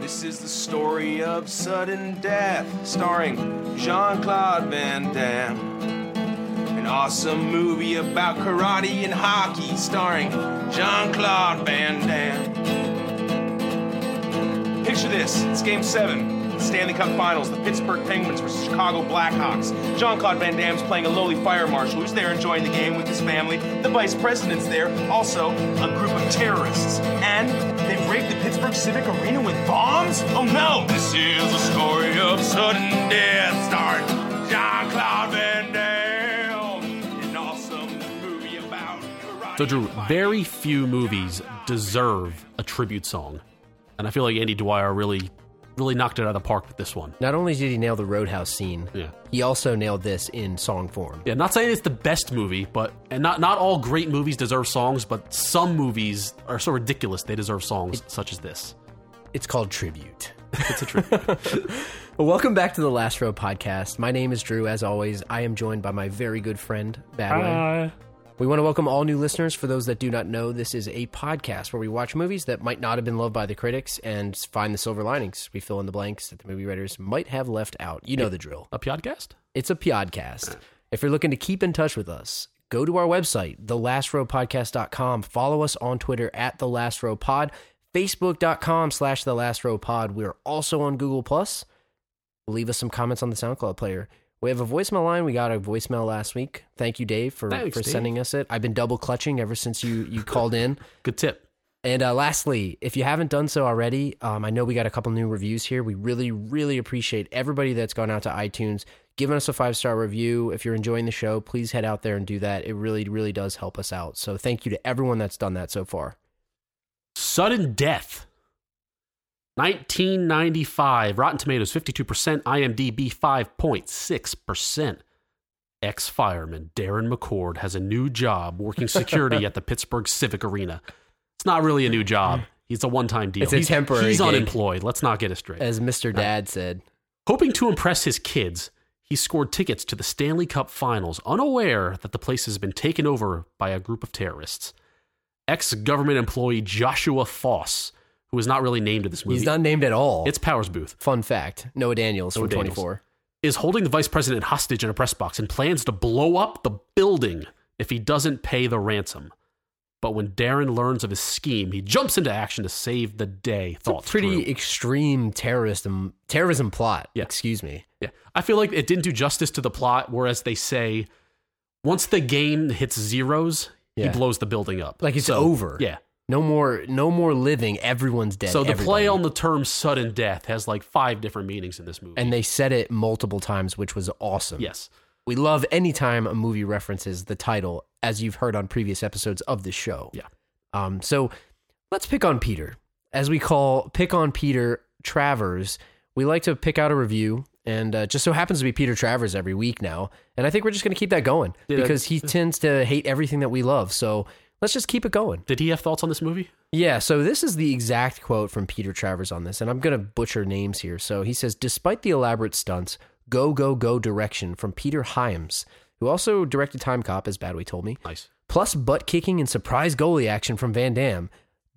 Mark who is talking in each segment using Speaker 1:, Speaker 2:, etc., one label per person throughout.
Speaker 1: This is the story of sudden death, starring Jean Claude Van Damme. An awesome movie about karate and hockey, starring Jean Claude Van Damme. Picture this it's game seven. Stanley Cup Finals, the Pittsburgh Penguins versus Chicago Blackhawks. Jean Claude Van Damme's playing a lowly fire marshal who's there enjoying the game with his family. The vice president's there, also a group of terrorists. And they raid the Pittsburgh Civic Arena with bombs? Oh no! This is a story of sudden death, starring Jean Claude Van Damme. An awesome movie about karate.
Speaker 2: So, Drew,
Speaker 1: fighting.
Speaker 2: very few movies deserve a tribute song, and I feel like Andy Dwyer really, really knocked it out of the park with this one.
Speaker 3: Not only did he nail the Roadhouse scene,
Speaker 2: Yeah.
Speaker 3: he also nailed this in song form.
Speaker 2: Yeah, not saying it's the best movie, but and not not all great movies deserve songs, but some movies are so ridiculous they deserve songs such as this.
Speaker 3: It's called Tribute. It's a tribute. well, welcome back to the Last Row podcast. My name is Drew. As always, I am joined by my very good friend, Badway. We want to welcome all new listeners. For those that do not know, this is a podcast where we watch movies that might not have been loved by the critics and find the silver linings. We fill in the blanks that the movie writers might have left out. You know the drill.
Speaker 2: A podcast?
Speaker 3: It's a podcast. If you're looking to keep in touch with us, go to our website, thelastrowpodcast.com. Follow us on Twitter at The Last Row Pod, Facebook.com slash The Last Row Pod. We're also on Google Plus. Leave us some comments on the SoundCloud player. We have a voicemail line. We got a voicemail last week. Thank you, Dave, for,
Speaker 2: Thanks,
Speaker 3: for
Speaker 2: Dave.
Speaker 3: sending us it. I've been double clutching ever since you, you called in.
Speaker 2: Good tip.
Speaker 3: And uh, lastly, if you haven't done so already, um, I know we got a couple new reviews here. We really, really appreciate everybody that's gone out to iTunes, given us a five star review. If you're enjoying the show, please head out there and do that. It really, really does help us out. So thank you to everyone that's done that so far.
Speaker 2: Sudden Death. 1995. Rotten Tomatoes 52%, IMDb 5.6%. Ex fireman Darren McCord has a new job working security at the Pittsburgh Civic Arena. It's not really a new job. He's a one time deal.
Speaker 3: It's a
Speaker 2: He's-
Speaker 3: temporary
Speaker 2: He's
Speaker 3: gig.
Speaker 2: unemployed. Let's not get it straight.
Speaker 3: As Mr. Dad said,
Speaker 2: Hoping to impress his kids, he scored tickets to the Stanley Cup Finals, unaware that the place has been taken over by a group of terrorists. Ex government employee Joshua Foss, who is not really named in this movie,
Speaker 3: he's not named at all.
Speaker 2: it's Powers Booth,
Speaker 3: Fun fact Noah Daniels
Speaker 2: Noah
Speaker 3: from
Speaker 2: Daniels.
Speaker 3: 24.
Speaker 2: is holding the vice president hostage in a press box and plans to blow up the building if he doesn't pay the ransom. But when Darren learns of his scheme, he jumps into action to save the day.
Speaker 3: It's a
Speaker 2: Thoughts
Speaker 3: pretty
Speaker 2: Drew?
Speaker 3: extreme terrorism, terrorism plot.
Speaker 2: Yeah.
Speaker 3: Excuse me.
Speaker 2: Yeah. I feel like it didn't do justice to the plot, whereas they say once the game hits zeros,
Speaker 3: Yeah.
Speaker 2: he blows the building up.
Speaker 3: Like it's
Speaker 2: So,
Speaker 3: over.
Speaker 2: Yeah.
Speaker 3: No more, no more living. Everyone's dead.
Speaker 2: So the play
Speaker 3: everybody.
Speaker 2: on the term sudden death has like five different meanings in this movie.
Speaker 3: and they said it multiple times, which was awesome.
Speaker 2: yes.
Speaker 3: We love any time a movie references the title, as you've heard on previous episodes of the show.
Speaker 2: Yeah.
Speaker 3: Um, so let's pick on Peter. As we call pick on Peter Travers, we like to pick out a review, and uh, just so happens to be Peter Travers every week now. And I think we're just going to keep that going
Speaker 2: Yeah,
Speaker 3: because he tends to hate everything that we love. So let's just keep it going.
Speaker 2: Did he have thoughts on this movie?
Speaker 3: Yeah, so this is the exact quote from Peter Travers on this, and I'm going to butcher names here. So he says, despite the elaborate stunts, go, go, go direction from Peter Himes, who also directed Time Cop, as Badway told me,
Speaker 2: Nice.
Speaker 3: plus butt kicking and surprise goalie action from Van Damme,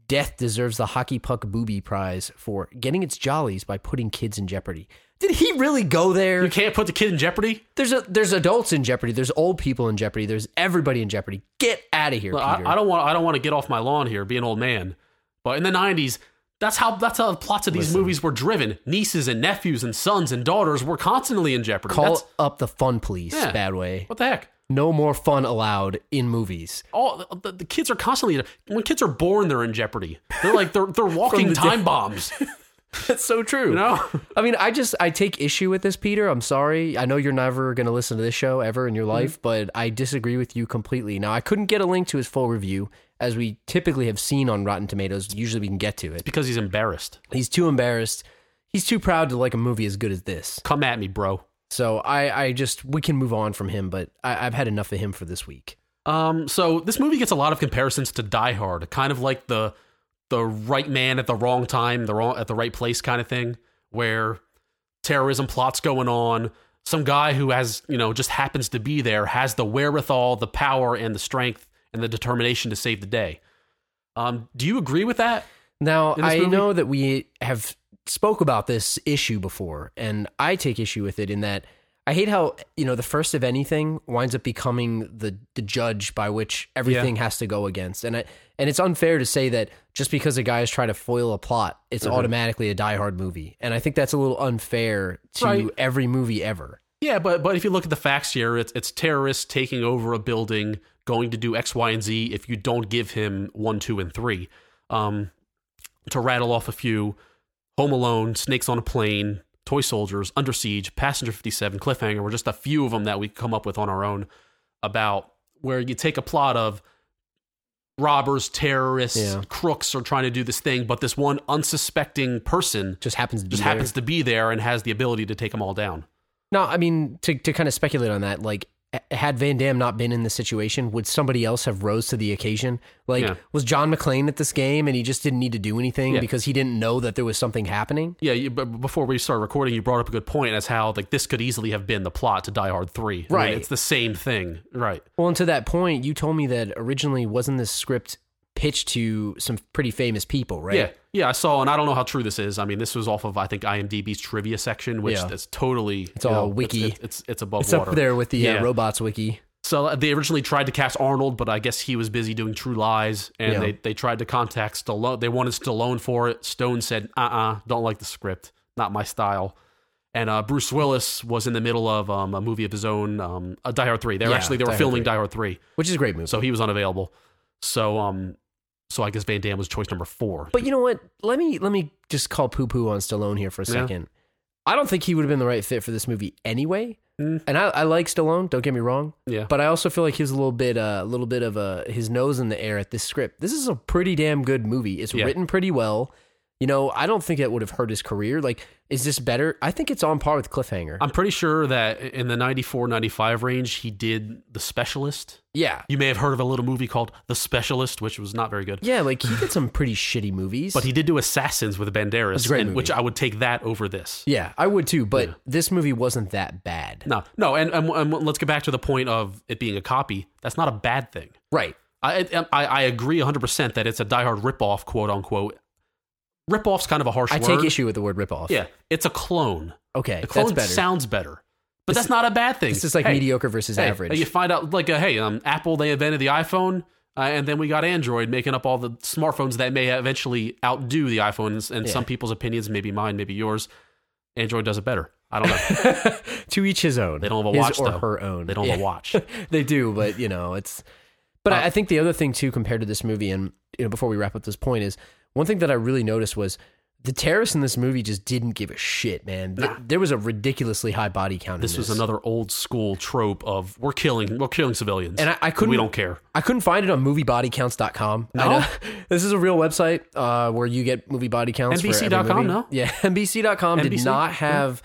Speaker 3: Death deserves the Hockey Puck Booby Prize for getting its jollies by putting kids in jeopardy. Did he really go there?
Speaker 2: You can't put the kid in jeopardy?
Speaker 3: There's a, there's adults in jeopardy. There's old people in jeopardy. There's everybody in jeopardy. Get out of here,
Speaker 2: Look,
Speaker 3: Peter.
Speaker 2: I, I don't want I don't want to get off my lawn here, be an old man. But in the nineties, that's how that's how the plots of these movies were driven. Nieces and nephews and sons and daughters were constantly in jeopardy.
Speaker 3: Call
Speaker 2: That's-
Speaker 3: up the fun police,
Speaker 2: Yeah.
Speaker 3: bad way.
Speaker 2: what the heck?
Speaker 3: no more fun allowed in movies.
Speaker 2: all the, the kids are constantly when kids are born they're in jeopardy they're like they're, they're walking
Speaker 3: the
Speaker 2: time bombs
Speaker 3: That's so true.
Speaker 2: you know
Speaker 3: I mean, I just I take issue with this, Peter. I'm sorry. I know you're never going to listen to this show ever in your life, but I disagree with you completely. Now, I couldn't get a link to his full review as we typically have seen on Rotten Tomatoes. Usually, we can get to it.
Speaker 2: because he's embarrassed
Speaker 3: He's too embarrassed. He's too proud to like a movie as good as this.
Speaker 2: come at me bro
Speaker 3: So I, I just we can move on from him, but I, I've had enough of him for this week.
Speaker 2: um so this movie gets a lot of comparisons to die hard kind of like the the right man at the wrong time the wrong at the right place kind of thing where terrorism plots going on some guy who has you know just happens to be there has the wherewithal the power and the strength and the determination to save the day um do you agree with that
Speaker 3: Now
Speaker 2: in this
Speaker 3: I
Speaker 2: movie?
Speaker 3: know that we have spoke about this issue before, and I take issue with it in that I hate how you know the first of anything winds up becoming the the judge by which everything has to go against, and I, and it's unfair to say that just because a guy is trying to foil a plot, it's
Speaker 2: Mm-hmm.
Speaker 3: automatically a diehard movie, and I think that's a little unfair to
Speaker 2: Right.
Speaker 3: every movie ever.
Speaker 2: Yeah, but but if you look at the facts here, it's it's terrorists taking over a building, going to do X, Y, and Z. If you don't give him one, two, and three, um, to rattle off a few: Home Alone, Snakes on a Plane, Toy Soldiers, Under Siege, Passenger Fifty Seven, Cliffhanger. Were just a few of them that we come up with on our own about where you take a plot of robbers, terrorists,
Speaker 3: Yeah.
Speaker 2: crooks are trying to do this thing, but this one unsuspecting person
Speaker 3: Just happens to
Speaker 2: just
Speaker 3: be there.
Speaker 2: happens to be there and has the ability to take them all down.
Speaker 3: No, I mean to to kind of speculate on that, like h- had Van Damme not been in this situation, would somebody else have rose to the occasion? Like
Speaker 2: Yeah.
Speaker 3: was John McClane at this game and he just didn't need to do anything
Speaker 2: Yeah.
Speaker 3: because he didn't know that there was something happening?
Speaker 2: Yeah, you, but before we started recording, you brought up a good point as how like this could easily have been the plot to Die Hard Three. I mean,
Speaker 3: Right.
Speaker 2: it's the same thing. Right.
Speaker 3: Well, and to that point, you told me that originally wasn't this script pitched to some pretty famous people, right?
Speaker 2: Yeah. Yeah. I saw, and I don't know how true this is. I mean, this was off of I think IMDb's trivia section, which
Speaker 3: Yeah.
Speaker 2: that's totally it's
Speaker 3: all wiki.
Speaker 2: It's it's, it's above
Speaker 3: It's
Speaker 2: water
Speaker 3: up there with the uh,
Speaker 2: Yeah.
Speaker 3: robots wiki.
Speaker 2: So uh, they originally tried to cast Arnold, but I guess he was busy doing True Lies, and
Speaker 3: Yeah.
Speaker 2: they, they tried to contact Stallone. They wanted Stallone for it. Stone said, "Uh, uh-uh, uh, do not like the script, not my style." And uh, Bruce Willis was in the middle of um, a movie of his own, um, uh, Die Hard Three. They were
Speaker 3: Yeah,
Speaker 2: actually they
Speaker 3: Die
Speaker 2: were
Speaker 3: Hard
Speaker 2: filming
Speaker 3: 3.
Speaker 2: Die Hard Three,
Speaker 3: Which is a great movie.
Speaker 2: so he was unavailable. So um, so I guess Van Damme was choice number four.
Speaker 3: But you know what? Let me let me just call poo poo on Stallone here for a
Speaker 2: Yeah.
Speaker 3: second. I don't think he would have been the right fit for this movie anyway.
Speaker 2: Mm.
Speaker 3: And I, I like Stallone. Don't get me wrong.
Speaker 2: yeah,
Speaker 3: But I also feel like he's a little bit uh, a little bit of a his nose in the air at this script. This is a pretty damn good movie. It's
Speaker 2: Yeah.
Speaker 3: written pretty well. You know, I don't think it would have hurt his career. Like, is this better? I think it's on par with Cliffhanger.
Speaker 2: I'm pretty sure that in the 94, 95 range, he did The Specialist.
Speaker 3: yeah,
Speaker 2: You may have heard of a little movie called The Specialist, which was not very good.
Speaker 3: yeah. Like he did some pretty shitty movies.
Speaker 2: But he did do Assassins with Banderas,
Speaker 3: a great
Speaker 2: and-
Speaker 3: movie.
Speaker 2: which I would take that over this.
Speaker 3: yeah, I would too. But this movie wasn't that bad.
Speaker 2: No, no, and, and, and let's get back to the point of it being a copy. That's not a bad thing.
Speaker 3: Right.
Speaker 2: I um, I, I agree 100% that it's a diehard ripoff, quote unquote. Ripoff's kind of a harsh
Speaker 3: I
Speaker 2: word.
Speaker 3: take issue with the word ripoff.
Speaker 2: Yeah, it's a clone.
Speaker 3: Okay.
Speaker 2: A
Speaker 3: That's
Speaker 2: clone
Speaker 3: better.
Speaker 2: sounds better, but that's not a bad thing.
Speaker 3: This is like
Speaker 2: Hey,
Speaker 3: mediocre versus
Speaker 2: hey,
Speaker 3: average.
Speaker 2: You find out, like, uh, hey, um, Apple, they invented the iPhone, uh, and then we got Android making up all the smartphones that may eventually outdo the iPhones, and
Speaker 3: Yeah.
Speaker 2: some people's opinions, maybe mine, maybe yours. Android does it better. I don't know.
Speaker 3: to each his own.
Speaker 2: They don't have a
Speaker 3: his
Speaker 2: watch,
Speaker 3: or
Speaker 2: though.
Speaker 3: her own.
Speaker 2: They don't have a
Speaker 3: Yeah.
Speaker 2: watch.
Speaker 3: they do, but you know, it's. But
Speaker 2: Uh,
Speaker 3: I I think the other thing too, compared to this movie, and you know, before we wrap up this point, is one thing that I really noticed was the terrorists in this movie just didn't give a shit, man. Th- There was a ridiculously high body count. in
Speaker 2: This was
Speaker 3: this.
Speaker 2: another old school trope of we're killing we're killing civilians.
Speaker 3: And I- I couldn't-
Speaker 2: we don't care.
Speaker 3: I couldn't find it on moviebodycounts.com. I
Speaker 2: No?
Speaker 3: know. This is a real website uh, where you get movie body counts. for every
Speaker 2: NBC.com,
Speaker 3: movie.
Speaker 2: no?
Speaker 3: Yeah, NBC.com did
Speaker 2: NBC?
Speaker 3: not have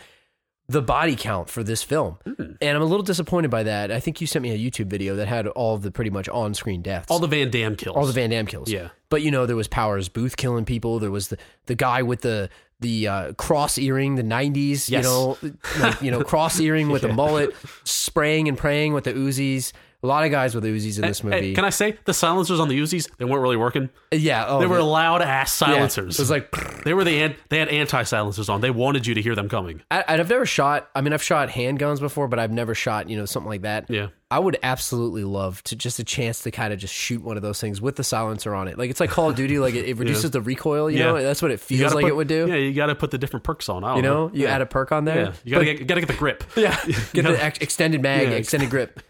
Speaker 3: the body count for this film.
Speaker 2: Hmm.
Speaker 3: And I'm a little disappointed by that. I think you sent me a YouTube video that had all of the pretty much on screen deaths.
Speaker 2: All the Van Damme kills.
Speaker 3: all the Van Damme kills.
Speaker 2: Yeah.
Speaker 3: But you know, there was Powers Booth killing people. There was the, the guy with the the uh, cross earring, the nineties, you
Speaker 2: Yes.
Speaker 3: know like, you know, cross earring with a mullet, spraying and praying with the Uzis. A lot of guys with Uzis in this
Speaker 2: Hey,
Speaker 3: movie.
Speaker 2: can I say the silencers on the Uzis? They weren't really working.
Speaker 3: yeah, oh,
Speaker 2: They were
Speaker 3: the-
Speaker 2: loud ass
Speaker 3: yeah.
Speaker 2: silencers.
Speaker 3: It was like
Speaker 2: they were the an- they had anti silencers on. They wanted you to hear them coming.
Speaker 3: I, I've never shot. I mean, I've shot handguns before, but I've never shot you know something like that.
Speaker 2: Yeah.
Speaker 3: I would absolutely love to just a chance to kind of just shoot one of those things with the silencer on it. Like it's like Call of Duty. Like it, it reduces the recoil. You
Speaker 2: Yeah.
Speaker 3: know, that's what it
Speaker 2: You
Speaker 3: feels
Speaker 2: gotta
Speaker 3: like
Speaker 2: put-
Speaker 3: it would do.
Speaker 2: Yeah, you got to put the different perks on. I don't
Speaker 3: You know, you
Speaker 2: yeah.
Speaker 3: add a perk on there.
Speaker 2: yeah. You gotta get, you gotta get the grip.
Speaker 3: Yeah, get
Speaker 2: know?
Speaker 3: the ex- extended mag,
Speaker 2: Yeah.
Speaker 3: extended grip.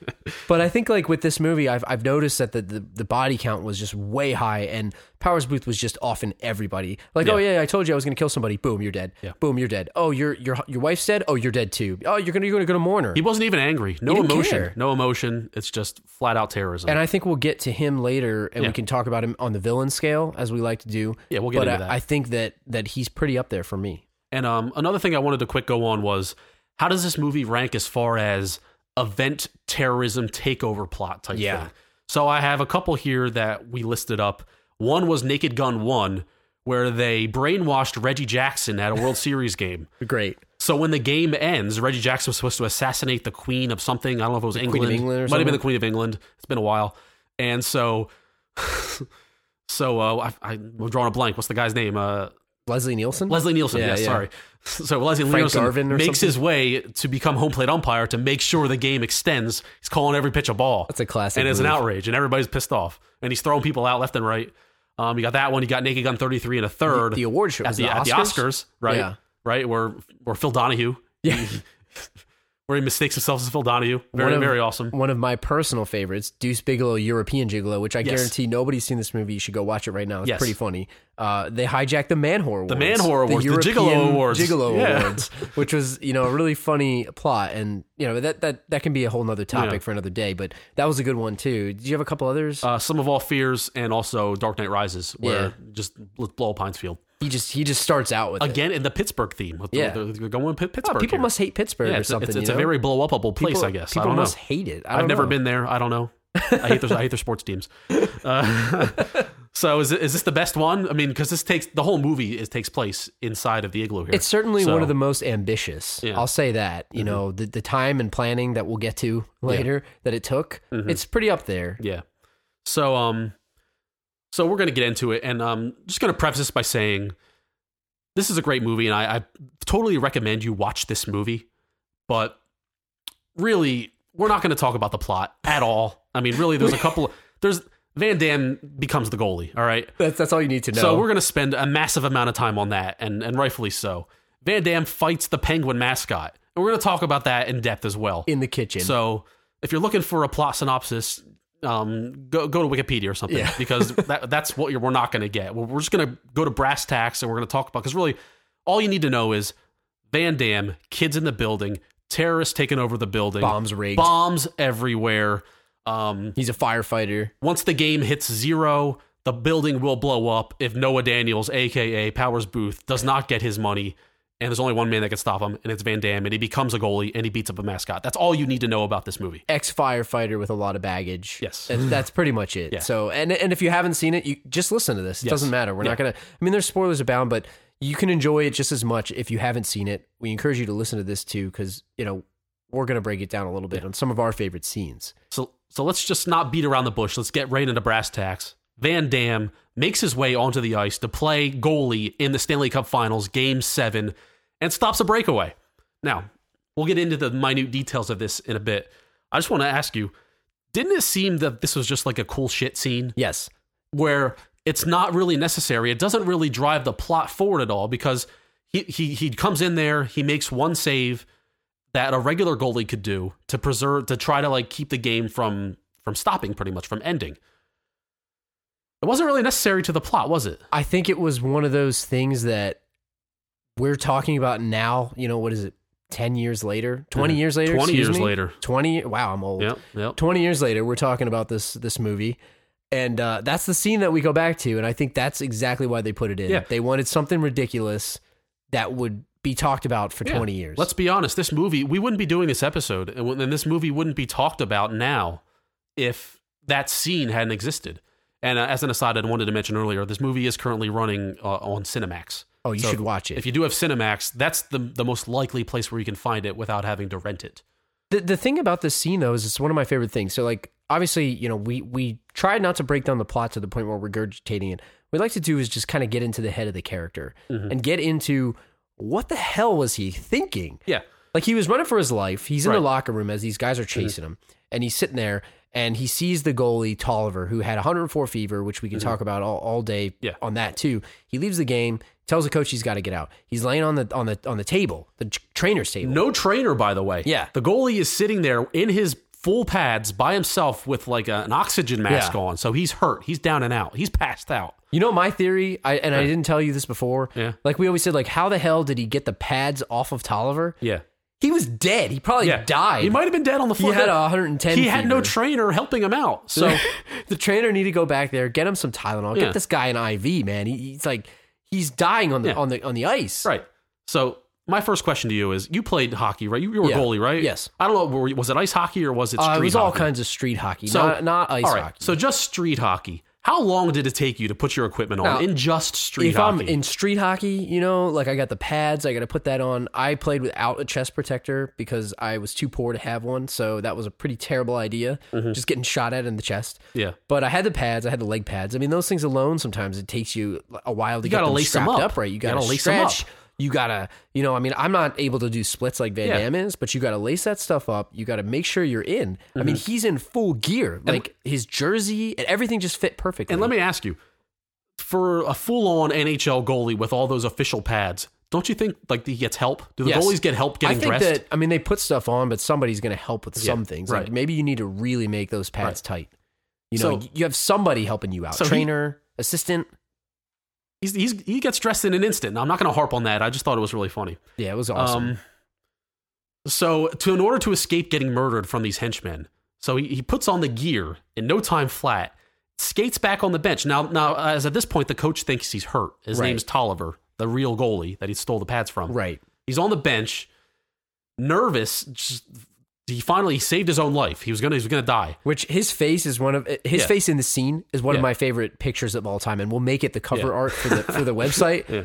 Speaker 3: But I think like with this movie, I've I've noticed that the, the, the body count was just way high, and Powers Booth was just off in everybody. Like, oh yeah, I told you I was going to kill somebody. Boom, you're dead.
Speaker 2: Yeah.
Speaker 3: Boom, you're dead. Oh, your your your wife's dead. Oh, you're dead too. Oh, you're gonna you're gonna go to mourn her.
Speaker 2: He wasn't even angry. No
Speaker 3: He didn't
Speaker 2: emotion.
Speaker 3: care.
Speaker 2: No emotion. It's just flat out terrorism.
Speaker 3: and I think we'll get to him later, and
Speaker 2: Yeah.
Speaker 3: we can talk about him on the villain scale as we like to do.
Speaker 2: Yeah, we'll get
Speaker 3: but
Speaker 2: into
Speaker 3: I,
Speaker 2: that.
Speaker 3: I think that that he's pretty up there for me.
Speaker 2: And um, another thing I wanted to quick go on was how does this movie rank as far as event terrorism takeover plot type
Speaker 3: Yeah.
Speaker 2: thing? So I have a couple here that we listed up. One was Naked Gun 1, where they brainwashed Reggie Jackson at a World Series game.
Speaker 3: Great.
Speaker 2: So when the game ends, Reggie Jackson was supposed to assassinate the Queen of something. I don't know if it was
Speaker 3: Queen
Speaker 2: England.
Speaker 3: of England or
Speaker 2: Might have
Speaker 3: something?
Speaker 2: been the Queen of England. It's been a while. And so, so uh, I, I, I'm drawing a blank. What's the guy's name? Uh,
Speaker 3: Leslie Nielsen?
Speaker 2: Leslie Nielsen,
Speaker 3: Yeah,
Speaker 2: yeah,
Speaker 3: yeah.
Speaker 2: sorry. So Leslie
Speaker 3: Frank
Speaker 2: Nielsen
Speaker 3: Garvin or
Speaker 2: makes
Speaker 3: something?
Speaker 2: his way to become home plate umpire to make sure the game extends. He's calling every pitch a ball.
Speaker 3: That's a classic.
Speaker 2: and it's an
Speaker 3: move.
Speaker 2: outrage, and everybody's pissed off, and he's throwing people out left and right. Um, you got that one. You got Naked Gun 33 and a third
Speaker 3: The award show.
Speaker 2: at,
Speaker 3: was
Speaker 2: the,
Speaker 3: it
Speaker 2: at the Oscars, right?
Speaker 3: Yeah.
Speaker 2: Right, where where Phil Donahue,
Speaker 3: Yeah.
Speaker 2: where he mistakes himself as Phil Donahue. Very
Speaker 3: One of-
Speaker 2: very awesome.
Speaker 3: One of my personal favorites, Deuce Bigelow, European Gigolo, which I
Speaker 2: Yes.
Speaker 3: guarantee nobody's seen this movie. You should go watch it right now. It's
Speaker 2: Yes.
Speaker 3: pretty funny. Uh, they hijacked the Man Whore Awards.
Speaker 2: The Man Whore Awards, the
Speaker 3: European
Speaker 2: Gigolo Awards.
Speaker 3: Gigolo
Speaker 2: Yeah.
Speaker 3: Awards, which was, you know, a really funny plot. And, you know, that, that, that can be a whole nother topic
Speaker 2: Yeah.
Speaker 3: for another day, but that was a good one, too. Did you have a couple others?
Speaker 2: Uh, Some of all fears and also Dark Knight Rises, where
Speaker 3: Yeah.
Speaker 2: just let's blow up Heinz Field
Speaker 3: he just he just starts out with it.
Speaker 2: again in the Pittsburgh theme. With
Speaker 3: Yeah.
Speaker 2: the, they're going with Pitt-
Speaker 3: Oh,
Speaker 2: Pittsburgh.
Speaker 3: people
Speaker 2: here.
Speaker 3: must hate Pittsburgh
Speaker 2: yeah,
Speaker 3: or
Speaker 2: it's,
Speaker 3: something.
Speaker 2: it's,
Speaker 3: you
Speaker 2: it's a
Speaker 3: know?
Speaker 2: very blow upable place,
Speaker 3: People-
Speaker 2: I guess.
Speaker 3: People
Speaker 2: I don't know.
Speaker 3: must hate it. I
Speaker 2: I've
Speaker 3: don't
Speaker 2: never
Speaker 3: know.
Speaker 2: been there. I don't know. I hate their I hate their sports teams. Uh, so is is this the best one? I mean, because this takes the whole movie is takes place inside of the igloo here.
Speaker 3: It's certainly
Speaker 2: So-
Speaker 3: one of the most ambitious.
Speaker 2: Yeah. Mm-hmm.
Speaker 3: I'll say that. You know, the, the time and planning that we'll get to later that it took,
Speaker 2: Mm-hmm.
Speaker 3: it's pretty up there.
Speaker 2: yeah. So um, so we're gonna get into it, and um, just gonna preface this by saying this is a great movie, and I, I totally recommend you watch this movie. But really, we're not gonna talk about the plot at all. I mean, really, there's a couple. There's Van Damme becomes the goalie. All right.
Speaker 3: That's, that's all you need to know.
Speaker 2: So we're going to spend a massive amount of time on that, and, and rightfully so. Van Damme fights the penguin mascot, and we're going to talk about that in depth as well.
Speaker 3: in the kitchen.
Speaker 2: so if you're looking for a plot synopsis, um, go go to Wikipedia or something
Speaker 3: Yeah.
Speaker 2: because that that's what you're, we're not going to get. We're, we're just going to go to brass tacks, and we're going to talk about because really all you need to know is Van Damme, kids in the building, terrorists taking over the building,
Speaker 3: Bombs rigged.
Speaker 2: bombs everywhere. Um,
Speaker 3: He's a firefighter.
Speaker 2: once the game hits zero, the building will blow up if Noah Daniels, aka Powers Booth, does not get his money. And there's only one man that can stop him, and it's Van Damme, and he becomes a goalie and he beats up a mascot. That's all you need to know about this movie.
Speaker 3: Ex firefighter with a lot of baggage.
Speaker 2: Yes.
Speaker 3: And that's pretty much it.
Speaker 2: Yeah.
Speaker 3: So, and and if you haven't seen it, you just listen to this. It
Speaker 2: Yes.
Speaker 3: doesn't matter. We're not gonna. I mean, there's spoilers abound, but you can enjoy it just as much if you haven't seen it. We encourage you to listen to this too, because you know we're gonna break it down a little bit on some of our favorite scenes.
Speaker 2: So so let's just not beat around the bush. Let's get right into brass tacks. Van Dam makes his way onto the ice to play goalie in the Stanley Cup Finals, Game Seven, and stops a breakaway. Now we'll get into the minute details of this in a bit. I just want to ask you: Didn't it seem that this was just like a cool shit scene?
Speaker 3: Yes.
Speaker 2: where it's not really necessary. It doesn't really drive the plot forward at all because he he he comes in there, he makes one save that a regular goalie could do to preserve to try to like keep the game from from stopping pretty much from ending. It wasn't really necessary to the plot, was it?
Speaker 3: I think it was one of those things that we're talking about now. You know, what is it? 10 years later? 20
Speaker 2: Mhm.
Speaker 3: years later?
Speaker 2: 20
Speaker 3: excuse
Speaker 2: years
Speaker 3: me?
Speaker 2: later.
Speaker 3: 20. Wow, I'm old.
Speaker 2: Yep, yep.
Speaker 3: 20 years later, we're talking about this this movie. And uh, that's the scene that we go back to. And I think that's exactly why they put it in.
Speaker 2: Yeah.
Speaker 3: They wanted something ridiculous that would be talked about for
Speaker 2: Yeah.
Speaker 3: 20 years.
Speaker 2: Let's be honest. This movie, we wouldn't be doing this episode, and when- and this movie wouldn't be talked about now if that scene hadn't existed. And uh, as an aside, I wanted to mention earlier, this movie is currently running uh, on Cinemax.
Speaker 3: oh, you
Speaker 2: So
Speaker 3: should watch it.
Speaker 2: If you do have Cinemax, that's the the most likely place where you can find it without having to rent it.
Speaker 3: The the thing about this scene though is it's one of my favorite things. So like obviously, you know, we we try not to break down the plot to the point where we're regurgitating it. What we like to do is just kind of get into the head of the character
Speaker 2: Mm-hmm.
Speaker 3: and get into what the hell was he thinking?
Speaker 2: Yeah,
Speaker 3: Like he was running for his life. He's in the
Speaker 2: Right. Mm-hmm.
Speaker 3: locker room as these guys are chasing him, and he's sitting there and he sees the goalie Tolliver, who had 104 fever, which we can talk about all, all day
Speaker 2: Mm-hmm. Yeah.
Speaker 3: on that too. He leaves the game, tells the coach he's got to get out. He's laying on the on the on the table, the t- trainer's table.
Speaker 2: no trainer, by the way.
Speaker 3: Yeah.
Speaker 2: the goalie is sitting there in his full pads by himself with like a, an oxygen mask
Speaker 3: Yeah.
Speaker 2: on, so he's hurt. He's down and out. He's passed out.
Speaker 3: You know my theory, I and I didn't tell you this before.
Speaker 2: Yeah.
Speaker 3: Like we always said, like how the hell did he get the pads off of Tolliver?
Speaker 2: Yeah,
Speaker 3: He was dead. He probably
Speaker 2: yeah,
Speaker 3: died.
Speaker 2: He might have been dead on the
Speaker 3: He
Speaker 2: floor.
Speaker 3: had
Speaker 2: That-
Speaker 3: a 110.
Speaker 2: he had no
Speaker 3: fever.
Speaker 2: trainer helping him out. So
Speaker 3: the trainer needed to go back there, get him some Tylenol,
Speaker 2: Yeah.
Speaker 3: get this guy an IV. Man, he, he's like he's dying on the
Speaker 2: Yeah.
Speaker 3: on the on the ice.
Speaker 2: right. So my first question to you is: You played hockey, right? You, you were
Speaker 3: Yeah.
Speaker 2: a goalie, right?
Speaker 3: Yes.
Speaker 2: I don't know. were you- Was it ice hockey or was it?
Speaker 3: Uh,
Speaker 2: Street
Speaker 3: it was all
Speaker 2: hockey?
Speaker 3: kinds of street hockey,
Speaker 2: So-
Speaker 3: not not ice
Speaker 2: All right.
Speaker 3: hockey.
Speaker 2: So just street hockey. How long did it take you to put your equipment on
Speaker 3: Now,
Speaker 2: in just street
Speaker 3: if
Speaker 2: hockey?
Speaker 3: I'm in street hockey, you know, like I got the pads, I got to put that on. I played without a chest protector because I was too poor to have one, so that was a pretty terrible idea. Just getting shot at in the chest.
Speaker 2: Mm-hmm. yeah.
Speaker 3: But I had the pads, I had the leg pads. I mean, those things alone sometimes it takes you a while to get
Speaker 2: gotta
Speaker 3: them
Speaker 2: lace 'em
Speaker 3: strapped
Speaker 2: up.
Speaker 3: up right. You
Speaker 2: You
Speaker 3: got to
Speaker 2: gotta lace 'em up.
Speaker 3: stretch. You gotta, you know, I mean, I'm not able to do splits like Van
Speaker 2: Yeah.
Speaker 3: Dam is, but you gotta lace that stuff up. You gotta make sure you're in. I mean,
Speaker 2: Mm-hmm.
Speaker 3: he's in full gear, like his jersey and everything just fit perfectly.
Speaker 2: And let me ask you, for a full-on NHL goalie with all those official pads, don't you think like he gets help? Do the
Speaker 3: Yes.
Speaker 2: goalies get help getting
Speaker 3: I think
Speaker 2: dressed?
Speaker 3: that I mean they put stuff on, but somebody's going to help with some things. Like
Speaker 2: right.
Speaker 3: maybe you need to really make those pads tight. You know,
Speaker 2: So-
Speaker 3: you have somebody helping you out,
Speaker 2: So he-
Speaker 3: trainer, assistant.
Speaker 2: he's, he's, he gets dressed in an instant. Now, I'm not going to harp on that. I just thought it was really funny.
Speaker 3: Yeah, it was awesome.
Speaker 2: Um, so, to in order to escape getting murdered from these henchmen, so he, he puts on the gear in no time flat, skates back on the bench. Now, now as at this point, the coach thinks he's hurt. His
Speaker 3: Right.
Speaker 2: name's Tolliver, the real goalie that he stole the pads from.
Speaker 3: right.
Speaker 2: He's on the bench, nervous. Just, he finally saved his own life. He was gonna he was gonna die.
Speaker 3: Which his face is one of his
Speaker 2: Yeah.
Speaker 3: face in the scene is one
Speaker 2: Yeah.
Speaker 3: of my favorite pictures of all time, and we'll make it the cover
Speaker 2: Yeah.
Speaker 3: art for the for the website.
Speaker 2: Yeah.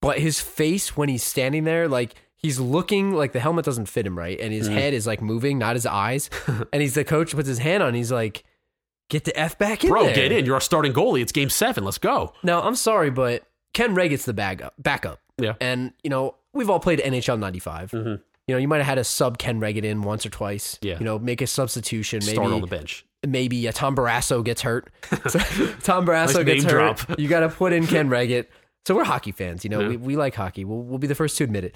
Speaker 3: But his face when he's standing there, like he's looking like the helmet doesn't fit him right, and his
Speaker 2: Mm-hmm.
Speaker 3: head is like moving, not his eyes. and he's the coach puts his hand on, and he's like, "Get the f back in,
Speaker 2: Bro,
Speaker 3: there.
Speaker 2: get in. You're our starting goalie. It's game seven. Let's go.
Speaker 3: Now, I'm sorry, but Ken Ray gets the bag up, backup.
Speaker 2: Yeah. Mm-hmm.
Speaker 3: And, you know, we've all played NHL 95. You know, you might have had a sub Ken Regan in once or twice.
Speaker 2: Yeah.
Speaker 3: You know, make a substitution. Maybe
Speaker 2: Start on the bench.
Speaker 3: maybe uh, Tom Barrasso gets hurt. So, Tom
Speaker 2: Nice
Speaker 3: Barrasso gets
Speaker 2: name
Speaker 3: hurt.
Speaker 2: drop.
Speaker 3: You got to put in Ken Regan. So we're hockey fans. You know, we, we like hockey. We'll, we'll be the first to admit it.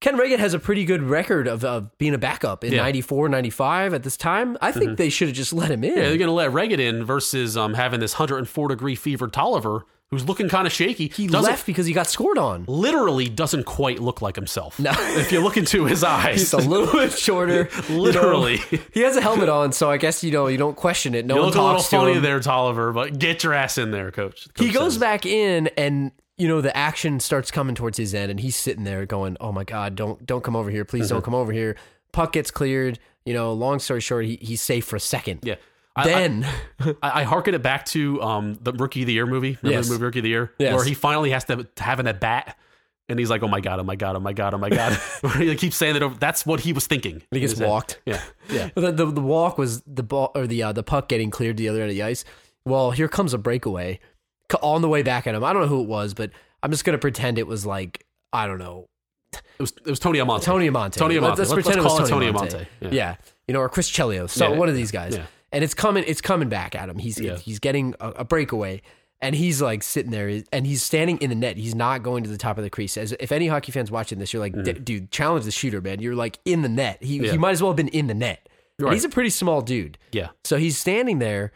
Speaker 3: Ken Regan has a pretty good record of, of being a backup in
Speaker 2: Yeah. Mm-hmm.
Speaker 3: ninety four, ninety five 94, 95 at this time. I think they should have just let him in.
Speaker 2: Yeah, they're gonna let Regan in versus um having this 104 degree fevered Tolliver who's looking kind of shaky.
Speaker 3: he
Speaker 2: doesn't-
Speaker 3: left because he got scored on.
Speaker 2: Literally doesn't quite look like himself. No. if you look into his eyes,
Speaker 3: He's a little bit shorter. you know.
Speaker 2: Literally.
Speaker 3: he has a helmet on, so I guess you know you don't question it. No
Speaker 2: you
Speaker 3: one
Speaker 2: look a little
Speaker 3: talks to
Speaker 2: funny
Speaker 3: him.
Speaker 2: there, Tolliver. But get your ass in there, coach.
Speaker 3: He
Speaker 2: Coach
Speaker 3: goes
Speaker 2: says.
Speaker 3: back in, and you know the action starts coming towards his end, and he's sitting there going, "Oh my god, don't don't come over here, please
Speaker 2: Mm-hmm.
Speaker 3: don't come over here." Puck gets cleared. You know, long story short, he, he's safe for a second.
Speaker 2: Yeah. I- I-
Speaker 3: then
Speaker 2: I, I hearken it back to um, the Rookie of the Year movie. Remember
Speaker 3: Yes.
Speaker 2: the movie Rookie of the Year?
Speaker 3: Yes.
Speaker 2: Where he finally has to to have an at bat and he's like, oh my God, oh my God, oh my God, oh my God. he keeps saying that over. That's what he was thinking.
Speaker 3: he gets
Speaker 2: Is that-
Speaker 3: walked.
Speaker 2: Yeah.
Speaker 3: The, the the walk was the ball or the uh, the puck getting cleared to the other end of the ice. Well, here comes a breakaway C- on the way back at him. I don't know who it was, but I'm just gonna pretend it was like I don't know
Speaker 2: It was, it was Tony Amante.
Speaker 3: Tony Amante.
Speaker 2: Tony Amonte.
Speaker 3: Let's, let's
Speaker 2: Let's-
Speaker 3: pretend
Speaker 2: let's
Speaker 3: it
Speaker 2: call
Speaker 3: was
Speaker 2: it
Speaker 3: Tony,
Speaker 2: Tony
Speaker 3: Amonte. Yeah.
Speaker 2: Amonte.
Speaker 3: you know, or Chris Chelios. So
Speaker 2: Yeah.
Speaker 3: one of these guys,
Speaker 2: Yeah.
Speaker 3: and it's coming. It's coming back at him. He's
Speaker 2: Yeah.
Speaker 3: he's getting a, a breakaway, and he's like sitting there, and he's standing in the net. He's not going to the top of the crease. As if any hockey fans watching this, you're like, "D- dude, challenge the shooter, man. You're like in the net. He
Speaker 2: Mm-hmm. Yeah.
Speaker 3: he might as well have been in the net. And
Speaker 2: Right.
Speaker 3: He's a pretty small dude,
Speaker 2: Yeah.
Speaker 3: so he's standing there.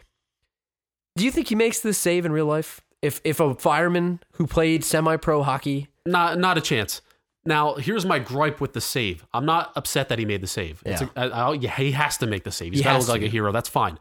Speaker 3: Do you think he makes this save in real life? If if a fireman who played semi pro hockey
Speaker 2: Not, not a chance. Now, here's my gripe with the save. I'm not upset that he made the save. It's
Speaker 3: Yeah.
Speaker 2: a- I- I- yeah, he has to make the save. He's
Speaker 3: He
Speaker 2: got to
Speaker 3: has
Speaker 2: look like
Speaker 3: to.
Speaker 2: a hero. That's fine.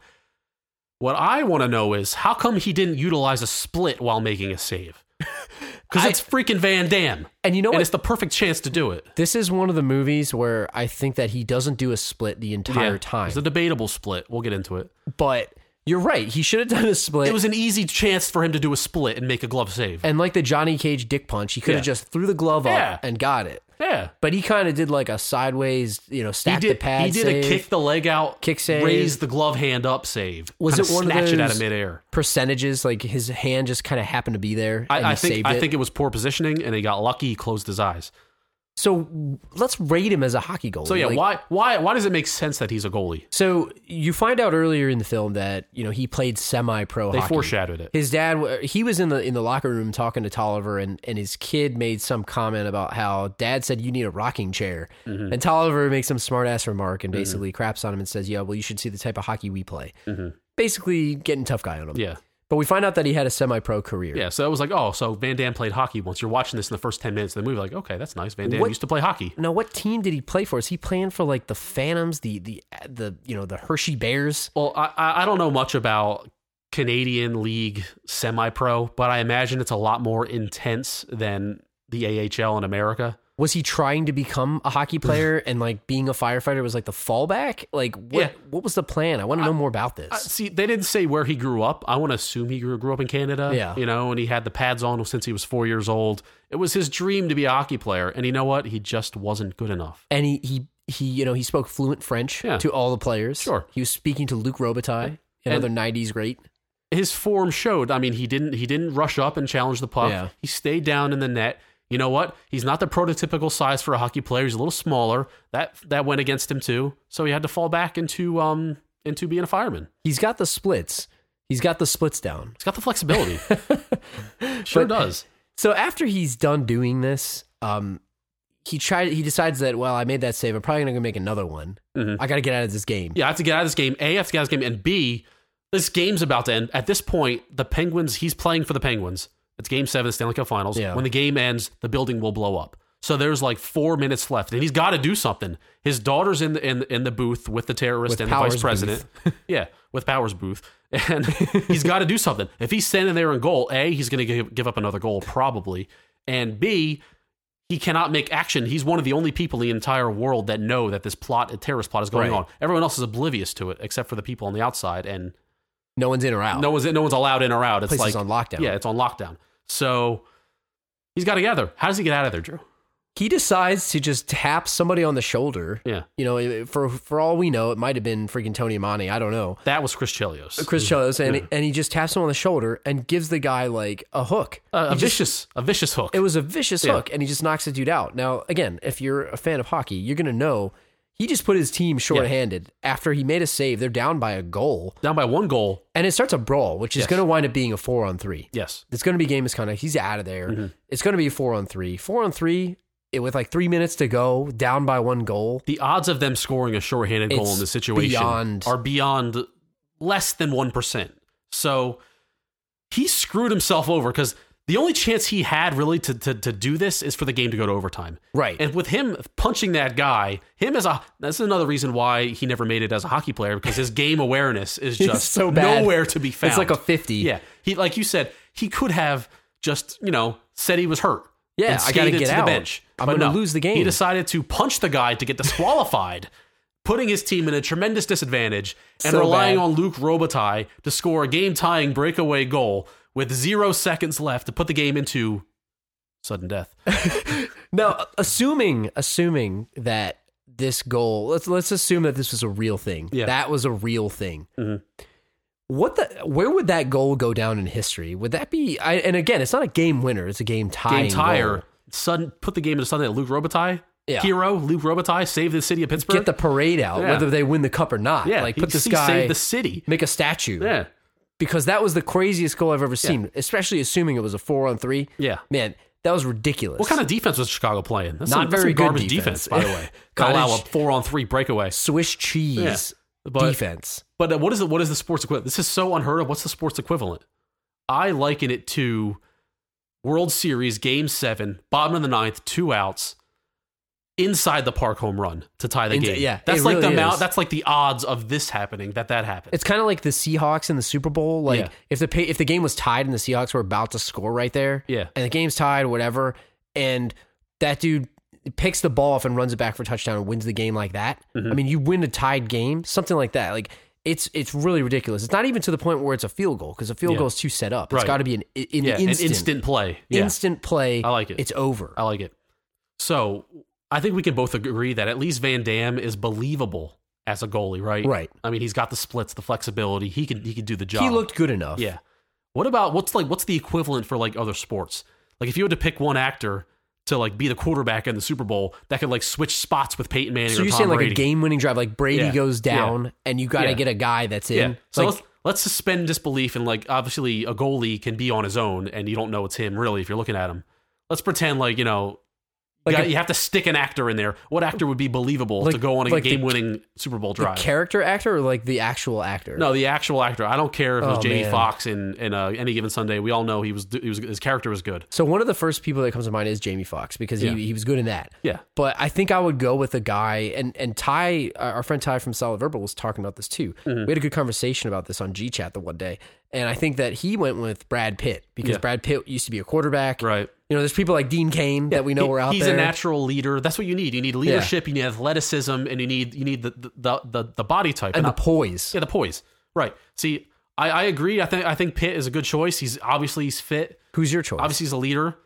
Speaker 2: What I want to know is how come he didn't utilize a split while making a save? Because
Speaker 3: I-
Speaker 2: it's freaking Van Dam.
Speaker 3: And you know
Speaker 2: and
Speaker 3: what?
Speaker 2: it's the perfect chance to do it.
Speaker 3: This is one of the movies where I think that he doesn't do a split the entire time.
Speaker 2: It's a debatable split. We'll get into it.
Speaker 3: but you're right. He should have done a split.
Speaker 2: It was an easy chance for him to do a split and make a glove save.
Speaker 3: and like the Johnny Cage dick punch, he could
Speaker 2: Yeah.
Speaker 3: have just threw the glove
Speaker 2: Yeah.
Speaker 3: up and got it.
Speaker 2: yeah.
Speaker 3: But he kind of did like a sideways, you know,
Speaker 2: He
Speaker 3: stack the
Speaker 2: did,
Speaker 3: pad.
Speaker 2: he did
Speaker 3: save.
Speaker 2: a kick the leg out,
Speaker 3: kick save.
Speaker 2: raise the glove hand up save.
Speaker 3: Was
Speaker 2: Kinda
Speaker 3: it one of
Speaker 2: snatch it out
Speaker 3: those-
Speaker 2: of midair?
Speaker 3: Percentages like his hand just kind of happened to be there. and
Speaker 2: I, I
Speaker 3: he
Speaker 2: think
Speaker 3: saved
Speaker 2: I
Speaker 3: it.
Speaker 2: think it was poor positioning, and he got lucky. He closed his eyes.
Speaker 3: so. w- Let's rate him as a hockey goalie.
Speaker 2: So yeah,
Speaker 3: Like,
Speaker 2: why why why does it make sense that he's a goalie?
Speaker 3: So you find out earlier in the film that you know he played semi-pro.
Speaker 2: They
Speaker 3: hockey.
Speaker 2: foreshadowed it.
Speaker 3: his dad he was in the in the locker room talking to Tolliver and and his kid made some comment about how dad said you need a rocking chair
Speaker 2: Mm-hmm.
Speaker 3: and Tolliver makes some smart ass remark and basically craps on him and says yeah well you should see the type of hockey we play basically getting tough guy on him
Speaker 2: Mm-hmm. Yeah,
Speaker 3: but we find out that he had a semi pro career
Speaker 2: yeah. So it was like, oh, so Van Dam played hockey once. You're watching this in the first ten minutes of the movie, like, okay, that's nice. Van Dam
Speaker 3: What-
Speaker 2: used to play hockey.
Speaker 3: now what team did he play for is he playing for like the Phantoms the the the you know the Hershey Bears
Speaker 2: Well, I- I I don't know much about Canadian League semi pro, but I imagine it's a lot more intense than the AHL in America.
Speaker 3: was he trying to become a hockey player and like being a firefighter was like the fallback? Like what
Speaker 2: Yeah.
Speaker 3: what was the plan? I want to know more about this.
Speaker 2: Uh, See, they didn't say where he grew up. I want to assume he grew, grew up in Canada.
Speaker 3: Yeah.
Speaker 2: You know, and he had the pads on since he was four years old. It was his dream to be a hockey player. And you know what? He just wasn't good enough.
Speaker 3: and he he he you know, he spoke fluent French
Speaker 2: Yeah.
Speaker 3: to all the players.
Speaker 2: Sure.
Speaker 3: He was speaking to Luke Robitaille, another 90s great.
Speaker 2: His form showed. I mean, he didn't he didn't rush up and challenge the puck.
Speaker 3: Yeah.
Speaker 2: He stayed down in the net. You know what? He's not the prototypical size for a hockey player. He's a little smaller. That that went against him too. So he had to fall back into um into being a fireman.
Speaker 3: He's got the splits. He's got the splits down.
Speaker 2: He's got the flexibility. sure
Speaker 3: But-
Speaker 2: does.
Speaker 3: So after he's done doing this, um, he tried. He decides that well, I made that save. I'm probably gonna go make another one.
Speaker 2: Mhm.
Speaker 3: I got to get out of this game.
Speaker 2: Yeah, I have to get out of this game. A, I have to get out of this game, and B, this game's about to end. At this point, the Penguins, he's playing for the Penguins. It's game seven of the Stanley Cup Finals.
Speaker 3: Yeah.
Speaker 2: When the game ends, the building will blow up. So there's like four minutes left, and he's got to do something. His daughter's in the in, in the booth with the terrorist
Speaker 3: With
Speaker 2: and
Speaker 3: Powers'
Speaker 2: the vice president. yeah, with Powers Booth, and he's got to do something. If he's standing there in goal, a he's going to give up another goal probably, and b he cannot make action. He's one of the only people in the entire world that know that this plot, a terrorist plot, is going
Speaker 3: Right.
Speaker 2: on. Everyone else is oblivious to it, except for the people on the outside, and
Speaker 3: No one's in or out.
Speaker 2: no one's no one's allowed in or out. It's
Speaker 3: place
Speaker 2: like
Speaker 3: is on lockdown.
Speaker 2: yeah, it's on lockdown. So he's got to gather. How does he get out of there, Drew?
Speaker 3: He decides to just tap somebody on the shoulder.
Speaker 2: Yeah,
Speaker 3: You know, for for all we know, it might have been freaking Tony Amani. I don't know.
Speaker 2: that was Chris Chelios.
Speaker 3: Chris Chelios, and and he just taps him on the shoulder and gives the guy like a hook.
Speaker 2: Uh, a
Speaker 3: He just-
Speaker 2: vicious, a vicious hook.
Speaker 3: It was a vicious
Speaker 2: Yeah.
Speaker 3: hook, and he just knocks the dude out. Now, again, if you're a fan of hockey, you're gonna know he just put his team shorthanded after he made a save. They're down by a goal,
Speaker 2: Down by one goal.
Speaker 3: and it starts a brawl, which is
Speaker 2: Yes.
Speaker 3: gonna wind up being a four on three.
Speaker 2: Yes,
Speaker 3: It's gonna be game misconduct. He's out of there.
Speaker 2: Mm-hmm.
Speaker 3: It's gonna be a four on three. Four on three it, with like three minutes to go, down by one goal.
Speaker 2: the odds of them scoring a shorthanded goal
Speaker 3: It's
Speaker 2: in this situation
Speaker 3: beyond-
Speaker 2: are beyond less than 1%. So he screwed himself over because the only chance he had really to, to, to do this is for the game to go to overtime.
Speaker 3: Right.
Speaker 2: And with him punching that guy, him as a, that's another reason why he never made it as a hockey player because his game awareness is
Speaker 3: It's
Speaker 2: just
Speaker 3: so bad.
Speaker 2: nowhere to be found.
Speaker 3: It's like a fifty.
Speaker 2: Yeah. He, like you said, he could have just, you know, said he was hurt.
Speaker 3: Yeah,
Speaker 2: and
Speaker 3: I gotta
Speaker 2: skated
Speaker 3: get
Speaker 2: to
Speaker 3: out.
Speaker 2: The bench.
Speaker 3: I'm
Speaker 2: But
Speaker 3: gonna
Speaker 2: no,
Speaker 3: lose the game.
Speaker 2: He decided to punch the guy to get disqualified, putting his team in a tremendous disadvantage and
Speaker 3: So
Speaker 2: relying
Speaker 3: bad.
Speaker 2: on Luke Robitaille to score a game tying breakaway goal with zero seconds left to put the game into sudden death.
Speaker 3: Now, assuming assuming that this goal, let's let's assume that this was a real thing.
Speaker 2: Yeah. Mm-hmm.
Speaker 3: That was a real thing. What the? Where would that goal go down in history? Would that be? I, and again, it's not a game winner. It's a game tie.
Speaker 2: Game tire. Sudden put the game into sudden death. Luke Robitaille,
Speaker 3: Yeah.
Speaker 2: hero Luke Robitaille, save the city of Pittsburgh.
Speaker 3: Get the parade out,
Speaker 2: Yeah.
Speaker 3: whether they win the cup or not.
Speaker 2: yeah,
Speaker 3: like
Speaker 2: he-
Speaker 3: put this
Speaker 2: he
Speaker 3: guy,
Speaker 2: saved the city.
Speaker 3: make a statue.
Speaker 2: Yeah,
Speaker 3: Because that was the craziest goal I've ever seen. Especially assuming it was a four on three.
Speaker 2: yeah.
Speaker 3: Man, that was ridiculous.
Speaker 2: What kind of defense was Chicago playing? That's
Speaker 3: Not
Speaker 2: some, that's
Speaker 3: very
Speaker 2: some
Speaker 3: good
Speaker 2: garbage
Speaker 3: defense.
Speaker 2: defense, by the way. to
Speaker 3: Cottage-
Speaker 2: allow a four on three breakaway.
Speaker 3: Swiss cheese
Speaker 2: But
Speaker 3: defense?
Speaker 2: But uh, what is the what is the sports equivalent? This is so unheard of. What's the sports equivalent? I liken it to World Series Game Seven, bottom of the ninth, two outs, inside the park home run to tie the
Speaker 3: Inside-
Speaker 2: game.
Speaker 3: yeah,
Speaker 2: that's
Speaker 3: it
Speaker 2: like the
Speaker 3: really
Speaker 2: amount.
Speaker 3: is.
Speaker 2: That's like the odds of this happening. That that happened.
Speaker 3: It's kind of like the Seahawks in the Super Bowl. Like
Speaker 2: Yeah.
Speaker 3: if the pa- if the game was tied and the Seahawks were about to score right there,
Speaker 2: Yeah.
Speaker 3: and the game's tied, whatever, and that dude picks the ball off and runs it back for a touchdown and wins the game like that.
Speaker 2: Mm-hmm.
Speaker 3: I mean, you win a tied game, something like that. Like it's it's really ridiculous. It's not even to the point where it's a field goal because a field
Speaker 2: Yeah.
Speaker 3: goal's too set up. It's
Speaker 2: Right.
Speaker 3: got to be an i- in
Speaker 2: yeah,
Speaker 3: the instant,
Speaker 2: an instant play. Yeah,
Speaker 3: instant play.
Speaker 2: I like it.
Speaker 3: It's over.
Speaker 2: I like it. So I think we can both agree that at least Van Dam is believable as a goalie, right?
Speaker 3: Right.
Speaker 2: I mean, he's got the splits, the flexibility. He can he can do the job.
Speaker 3: he looked good enough.
Speaker 2: Yeah. What about what's like what's the equivalent for like other sports? Like if you had to pick one actor to like be the quarterback in the Super Bowl that could like switch spots with Peyton Manning
Speaker 3: So
Speaker 2: or
Speaker 3: you're
Speaker 2: Tom
Speaker 3: saying like
Speaker 2: Brady.
Speaker 3: a game-winning drive, like Brady
Speaker 2: Yeah.
Speaker 3: goes
Speaker 2: Yeah.
Speaker 3: down, and you got to
Speaker 2: Yeah.
Speaker 3: get a guy that's in.
Speaker 2: yeah. So
Speaker 3: Like,
Speaker 2: let's let's suspend disbelief and like obviously a goalie can be on his own and you don't know it's him really if you're looking at him. Let's pretend like you know you
Speaker 3: Like
Speaker 2: got-
Speaker 3: a-
Speaker 2: you have to stick an actor in there. What actor would be believable
Speaker 3: Like-
Speaker 2: to go on a
Speaker 3: like the-
Speaker 2: game-winning Super Bowl
Speaker 3: the
Speaker 2: drive?
Speaker 3: character actor or like the actual actor?
Speaker 2: No, the actual actor. I don't care if it was
Speaker 3: Oh,
Speaker 2: Jamie
Speaker 3: man.
Speaker 2: Foxx in in uh, any given Sunday. We all know he was he was his character was good.
Speaker 3: So one of the first people that comes to mind is Jamie Foxx because
Speaker 2: Yeah.
Speaker 3: he, he was good in that.
Speaker 2: Yeah.
Speaker 3: But I think I would go with a guy and and Ty, uh, our friend Ty from Solid Verbal was talking about this too.
Speaker 2: Mm-hmm.
Speaker 3: We had a good conversation about this on G Chat the one day, and I think that he went with Brad Pitt because
Speaker 2: Yeah.
Speaker 3: Brad Pitt used to be a quarterback.
Speaker 2: Right.
Speaker 3: You You know, there's people like Dean Kane that we know
Speaker 2: He-
Speaker 3: were out
Speaker 2: he's
Speaker 3: there.
Speaker 2: a natural leader. That's what you need. You need leadership. You need athleticism, and you need you need the the the, the, the body type
Speaker 3: and the
Speaker 2: I-
Speaker 3: poise.
Speaker 2: yeah the poise. Right. See, I, I agree. I think I think Pitt is a good choice. He's obviously he's fit.
Speaker 3: Who's your choice?
Speaker 2: Obviously he's a leader.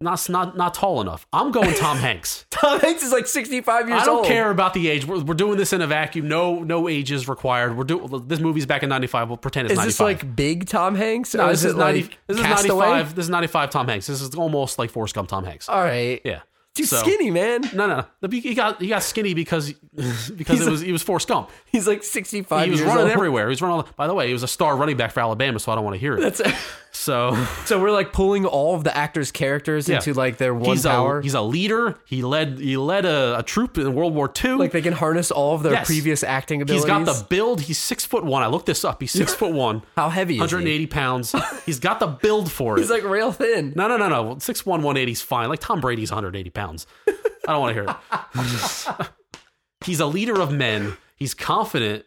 Speaker 2: Not not not tall enough. I'm going Tom Hanks.
Speaker 3: Tom Hanks is like 65 years
Speaker 2: I don't
Speaker 3: old.
Speaker 2: care about the age. We're, we're doing this in a vacuum. No no age is required. We're doing this movie's back in '95. We'll pretend it's
Speaker 3: Is
Speaker 2: 95.
Speaker 3: this like big Tom Hanks?
Speaker 2: No,
Speaker 3: or
Speaker 2: this
Speaker 3: is
Speaker 2: is,
Speaker 3: it
Speaker 2: 90,
Speaker 3: like
Speaker 2: this is
Speaker 3: Castaway?
Speaker 2: 95. This is 95 Tom Hanks. This is almost like Forrest Gump Tom Hanks.
Speaker 3: All right.
Speaker 2: yeah.
Speaker 3: Too
Speaker 2: So-
Speaker 3: skinny, man.
Speaker 2: No, no, no. He got he got skinny because because it was he was Forrest Gump.
Speaker 3: He's like 65
Speaker 2: He was
Speaker 3: years
Speaker 2: running
Speaker 3: old.
Speaker 2: everywhere. He was running. All, by the way, he was a star running back for Alabama, so I don't want to hear it.
Speaker 3: That's-
Speaker 2: so
Speaker 3: so we're like pulling all of the actors' characters
Speaker 2: yeah.
Speaker 3: into like their one
Speaker 2: he's
Speaker 3: power.
Speaker 2: A, he's a leader. He led he led a, a troop in World War II.
Speaker 3: like they can harness all of their
Speaker 2: Yes.
Speaker 3: previous acting abilities.
Speaker 2: he's got the build. He's six foot one. I looked this up. He's six foot one.
Speaker 3: How heavy is he?
Speaker 2: 180 pounds. He's got the build for it.
Speaker 3: He's like real thin.
Speaker 2: No, no, no, no. 6'1", 180 is fine. Like Tom Brady's 180 pounds. I don't want to hear it. He's a leader of men. He's confident.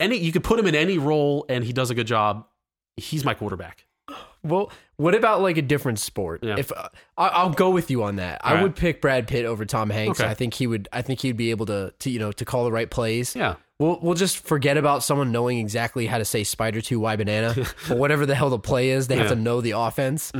Speaker 2: Any you could put him in any role and he does a good job. He's my quarterback.
Speaker 3: Well, what about like a different sport?
Speaker 2: Yeah.
Speaker 3: If uh, I, I'll go with you on that, I
Speaker 2: All right.
Speaker 3: would pick Brad Pitt over Tom Hanks.
Speaker 2: Okay.
Speaker 3: I think he would. I think he'd be able to, to you know, to call the right plays.
Speaker 2: Yeah.
Speaker 3: We'll we'll just forget about someone knowing exactly how to say spider two y banana or whatever the hell the play is. They have
Speaker 2: Yeah. Mm.
Speaker 3: to know the offense.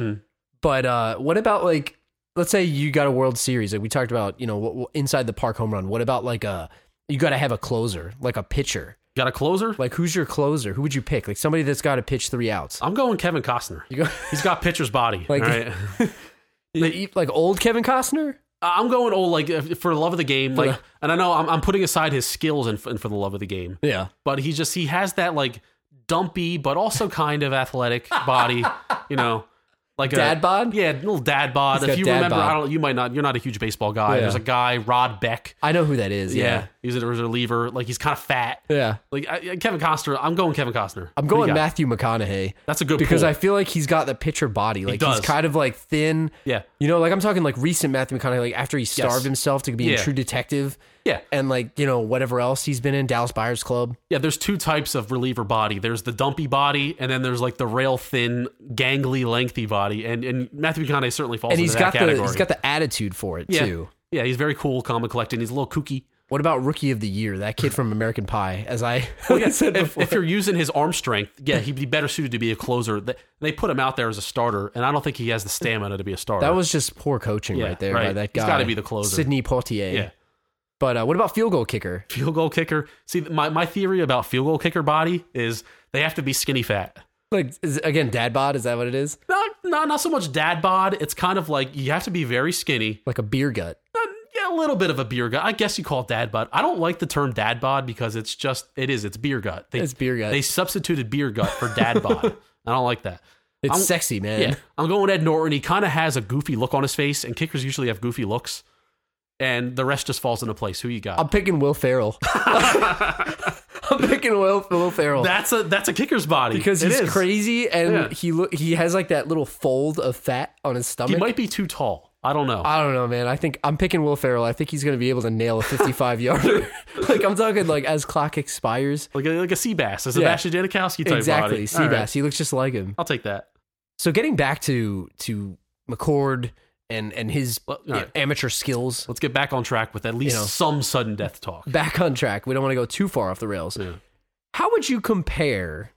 Speaker 3: But uh, what about like let's say you got a World Series like we talked about you know what, what- inside the park home run. What about like a you got to have a closer like a pitcher.
Speaker 2: Got a closer?
Speaker 3: Like who's your closer? Who would you pick? Like somebody that's got to pitch three outs.
Speaker 2: I'm going Kevin Costner.
Speaker 3: go-
Speaker 2: He's got pitcher's body.
Speaker 3: Like-
Speaker 2: all right?
Speaker 3: Like old Kevin Costner.
Speaker 2: I'm going old like if- for the love of the game. Like, and I know I'm, I'm putting aside his skills and, f- and for the love of the game.
Speaker 3: Yeah.
Speaker 2: but he just he has that like dumpy but also kind of athletic body, you know. Like a-
Speaker 3: Dad bod?
Speaker 2: Yeah, little dad bod.
Speaker 3: He's
Speaker 2: if
Speaker 3: got
Speaker 2: you
Speaker 3: dad
Speaker 2: remember,
Speaker 3: bod.
Speaker 2: I don't you might not you're not a huge baseball guy.
Speaker 3: Yeah.
Speaker 2: There's a guy, Rod Beck.
Speaker 3: I know who that is.
Speaker 2: Yeah.
Speaker 3: Yeah.
Speaker 2: He's a reliever. Like he's kind of fat.
Speaker 3: Yeah.
Speaker 2: Like I, I- Kevin Costner, I'm going Kevin Costner. What do
Speaker 3: I'm
Speaker 2: you
Speaker 3: going
Speaker 2: got?
Speaker 3: Matthew McConaughey
Speaker 2: That's a good
Speaker 3: because
Speaker 2: pull.
Speaker 3: I feel like he's got the pitcher body. Like
Speaker 2: does.
Speaker 3: he's kind of like thin.
Speaker 2: Yeah.
Speaker 3: You know, like I'm talking like recent Matthew McConaughey, like after he starved himself to be a
Speaker 2: Yeah.
Speaker 3: true detective.
Speaker 2: Yeah.
Speaker 3: And like, you know, whatever else he's been in, Dallas Buyers Club.
Speaker 2: Yeah, there's two types of reliever body. There's the dumpy body, and then there's like the rail thin, gangly, lengthy body. And and Matthew McConaughey certainly falls
Speaker 3: And
Speaker 2: into
Speaker 3: he's
Speaker 2: that
Speaker 3: got
Speaker 2: category.
Speaker 3: the he's got the attitude for it
Speaker 2: yeah.
Speaker 3: too.
Speaker 2: Yeah, he's very cool, calm, and collected. He's a little kooky.
Speaker 3: What about Rookie of the Year? That kid from American Pie, as I said
Speaker 2: if,
Speaker 3: before.
Speaker 2: if you're using his arm strength, yeah, he'd be better suited to be a closer. They, they put him out there as a starter, and I don't think he has the stamina to be a starter.
Speaker 3: that was just poor coaching
Speaker 2: Yeah,
Speaker 3: right there by
Speaker 2: right.
Speaker 3: that guy.
Speaker 2: He's gotta be the closer.
Speaker 3: Sidney Poitier.
Speaker 2: Yeah.
Speaker 3: But uh, what about field goal kicker?
Speaker 2: field goal kicker. See, my, my theory about field goal kicker body is they have to be skinny fat.
Speaker 3: Like is, again, dad bod, is that what it is?
Speaker 2: Not, not, not so much dad bod. It's kind of like you have to be very skinny.
Speaker 3: Like a beer gut.
Speaker 2: Not- yeah, a little bit of a beer gut. I guess you call it dad bod. I don't like the term dad bod because it's just, it is, it's beer gut. They,
Speaker 3: It's beer gut.
Speaker 2: They substituted beer gut for dad bod. I don't like that.
Speaker 3: It's
Speaker 2: I'm-
Speaker 3: sexy, man.
Speaker 2: Yeah, I'm going Ed Norton. He kind of has a goofy look on his face, and kickers usually have goofy looks, and the rest just falls into place. Who you got?
Speaker 3: I'm picking Will Ferrell. I'm picking Will, Will Ferrell
Speaker 2: that's a that's a kicker's body
Speaker 3: because
Speaker 2: It
Speaker 3: he's
Speaker 2: is.
Speaker 3: crazy and
Speaker 2: Yeah.
Speaker 3: he look he has like that little fold of fat on his stomach.
Speaker 2: He might be too tall. I don't know.
Speaker 3: I don't know, man. I think I'm picking Will Ferrell. I think he's gonna be able to nail a 55 yarder. like I'm talking like as clock expires.
Speaker 2: like a, like a sea bass, a
Speaker 3: Yeah.
Speaker 2: Sebastian Janikowski type
Speaker 3: exactly,
Speaker 2: body. All
Speaker 3: Seabass.
Speaker 2: right.
Speaker 3: He looks just like him.
Speaker 2: I'll take that.
Speaker 3: So getting back to to McCord and and his
Speaker 2: Well,
Speaker 3: you
Speaker 2: all
Speaker 3: know,
Speaker 2: right.
Speaker 3: amateur skills.
Speaker 2: Let's get back on track with at least
Speaker 3: know.
Speaker 2: some sudden death talk.
Speaker 3: Back on track. We don't want to go too far off the rails.
Speaker 2: Yeah.
Speaker 3: How would you compare?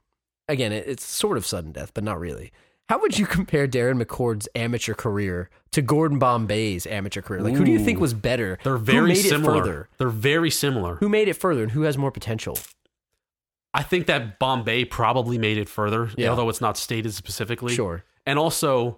Speaker 3: Again, it, it's sort of sudden death, but not really. How would you compare Darren McCord's amateur career to Gordon Bombay's amateur career? Like, who do you think was better?
Speaker 2: They're
Speaker 3: Who
Speaker 2: very
Speaker 3: made
Speaker 2: similar.
Speaker 3: It further?
Speaker 2: They're very similar.
Speaker 3: Who made it further, and who has more potential?
Speaker 2: I think that Bombay probably made it further,
Speaker 3: Yeah.
Speaker 2: although it's not stated specifically.
Speaker 3: Sure.
Speaker 2: And also,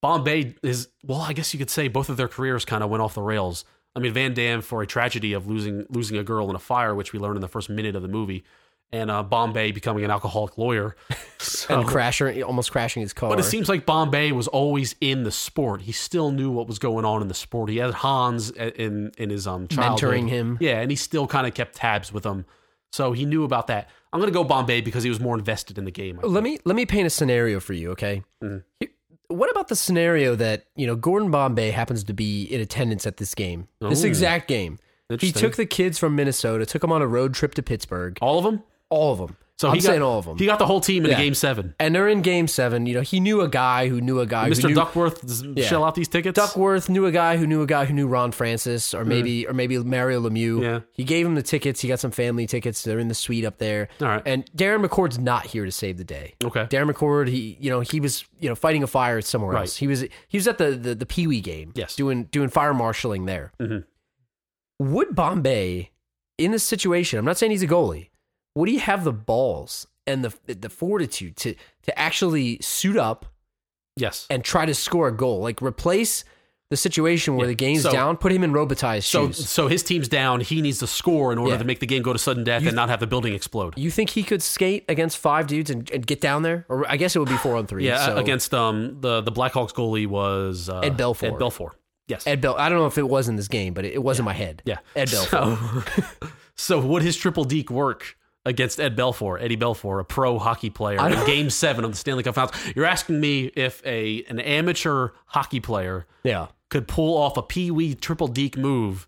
Speaker 2: Bombay is well, I guess you could say both of their careers kind of went off the rails. I mean, Van Damme for a tragedy of losing losing a girl in a fire, which we learned in the first minute of the movie, and uh, Bombay becoming an alcoholic lawyer. So-
Speaker 3: And crasher, almost crashing his car.
Speaker 2: but it seems like Bombay was always in the sport. He still knew what was going on in the sport. He had Hans a- in in his um childhood.
Speaker 3: Mentoring him.
Speaker 2: yeah, and he still kind of kept tabs with him. So he knew about that. I'm gonna go Bombay because he was more invested in the game. I
Speaker 3: let me let me paint a scenario for you, okay?
Speaker 2: Mm-hmm.
Speaker 3: Here- What about the scenario that you know Gordon Bombay happens to be in attendance at this game, this
Speaker 2: Ooh.
Speaker 3: exact game? He
Speaker 2: Oh. Interesting.
Speaker 3: took the kids from Minnesota, took them on a road trip to Pittsburgh.
Speaker 2: All of them?
Speaker 3: all of them.
Speaker 2: So
Speaker 3: I'm
Speaker 2: he got,
Speaker 3: saying all of them.
Speaker 2: He got the whole team in
Speaker 3: Yeah.
Speaker 2: game seven.
Speaker 3: and they're in Game Seven. You know, he knew a guy who knew a guy. who
Speaker 2: Mr.
Speaker 3: knew,
Speaker 2: Duckworth does shell out these tickets.
Speaker 3: Duckworth knew a guy who knew a guy who knew Ron Francis, or maybe or maybe Mario Lemieux.
Speaker 2: Mm. Yeah.
Speaker 3: He gave him the tickets. He got some family tickets. They're in the suite up there.
Speaker 2: All right.
Speaker 3: And Darren McCord's not here to save the day.
Speaker 2: Okay.
Speaker 3: Darren McCord, he you know he was you know fighting a fire somewhere
Speaker 2: Right.
Speaker 3: else. He was he was at the the, the Pee Wee game.
Speaker 2: Yes.
Speaker 3: doing doing fire marshaling there.
Speaker 2: Mhm.
Speaker 3: Would Bombay in this situation? I'm not saying he's a goalie. Would he have the balls and the the fortitude to to actually suit up
Speaker 2: Yes.
Speaker 3: and try to score a goal? Like replace the situation where
Speaker 2: Yeah.
Speaker 3: the game's
Speaker 2: So-
Speaker 3: down. Put him in Robitaille's
Speaker 2: So
Speaker 3: shoes.
Speaker 2: so his team's down. He needs to score in order
Speaker 3: Yeah.
Speaker 2: to make the game go to sudden death
Speaker 3: You-
Speaker 2: and not have the building explode.
Speaker 3: You think he could skate against five dudes and, and get down there? Or I guess it would be four on three.
Speaker 2: yeah,
Speaker 3: so-
Speaker 2: against um the the Blackhawks goalie was uh,
Speaker 3: Ed
Speaker 2: Ed
Speaker 3: Belfour.
Speaker 2: Belfour. Yes.
Speaker 3: Ed Bell. I don't know if it was in this game, but it, it was in my head.
Speaker 2: yeah.
Speaker 3: Ed Bell.
Speaker 2: So, so would his triple deke work against Ed Belfour, Eddie Belfour, a pro hockey player
Speaker 3: I
Speaker 2: in
Speaker 3: don't-
Speaker 2: Game Seven of the Stanley Cup Finals? You're asking me if a an amateur hockey player
Speaker 3: Yeah.
Speaker 2: could pull off a Pee Wee triple deke move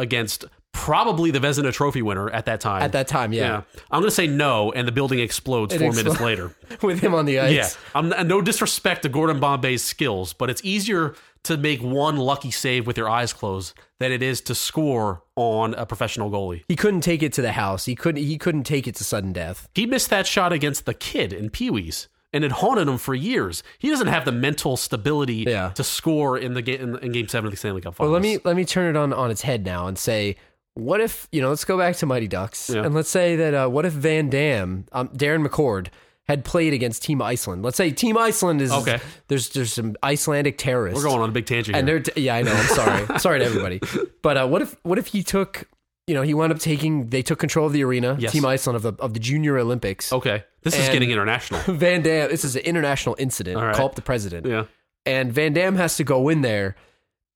Speaker 2: against probably the Vezina Trophy winner at that time.
Speaker 3: At that time, yeah.
Speaker 2: I'm going to say no, and the building explodes
Speaker 3: It
Speaker 2: four
Speaker 3: explo-
Speaker 2: minutes later.
Speaker 3: With him on the ice.
Speaker 2: yeah. I'm no disrespect to Gordon Bombay's skills, but it's easier to make one lucky save with your eyes closed than it is to score on a professional goalie.
Speaker 3: He couldn't take it to the house. He couldn't he couldn't take it to sudden death.
Speaker 2: He missed that shot against the kid in Pee Wee's. And it haunted him for years. He doesn't have the mental stability
Speaker 3: Yeah.
Speaker 2: to score in the game in, in Game Seven of the Stanley Cup
Speaker 3: But
Speaker 2: Finals.
Speaker 3: let me let me turn it on on its head now and say what if you know let's go back to mighty ducks
Speaker 2: Yeah.
Speaker 3: and let's say that uh, what if van dam um, darren mccord had played against team iceland let's say team iceland is
Speaker 2: Okay.
Speaker 3: there's there's some icelandic terrorists
Speaker 2: We're going on a big tangent.
Speaker 3: and
Speaker 2: here.
Speaker 3: they're t- yeah i know i'm sorry sorry to everybody but uh, what if what if he took you know he wound up taking they took control of the arena
Speaker 2: Yes. Oh.
Speaker 3: team iceland of the of the junior olympics
Speaker 2: Okay. This is
Speaker 3: And-
Speaker 2: getting international.
Speaker 3: van dam this is an international incident
Speaker 2: All right.
Speaker 3: call up the president
Speaker 2: yeah.
Speaker 3: and Van Damme has to go in there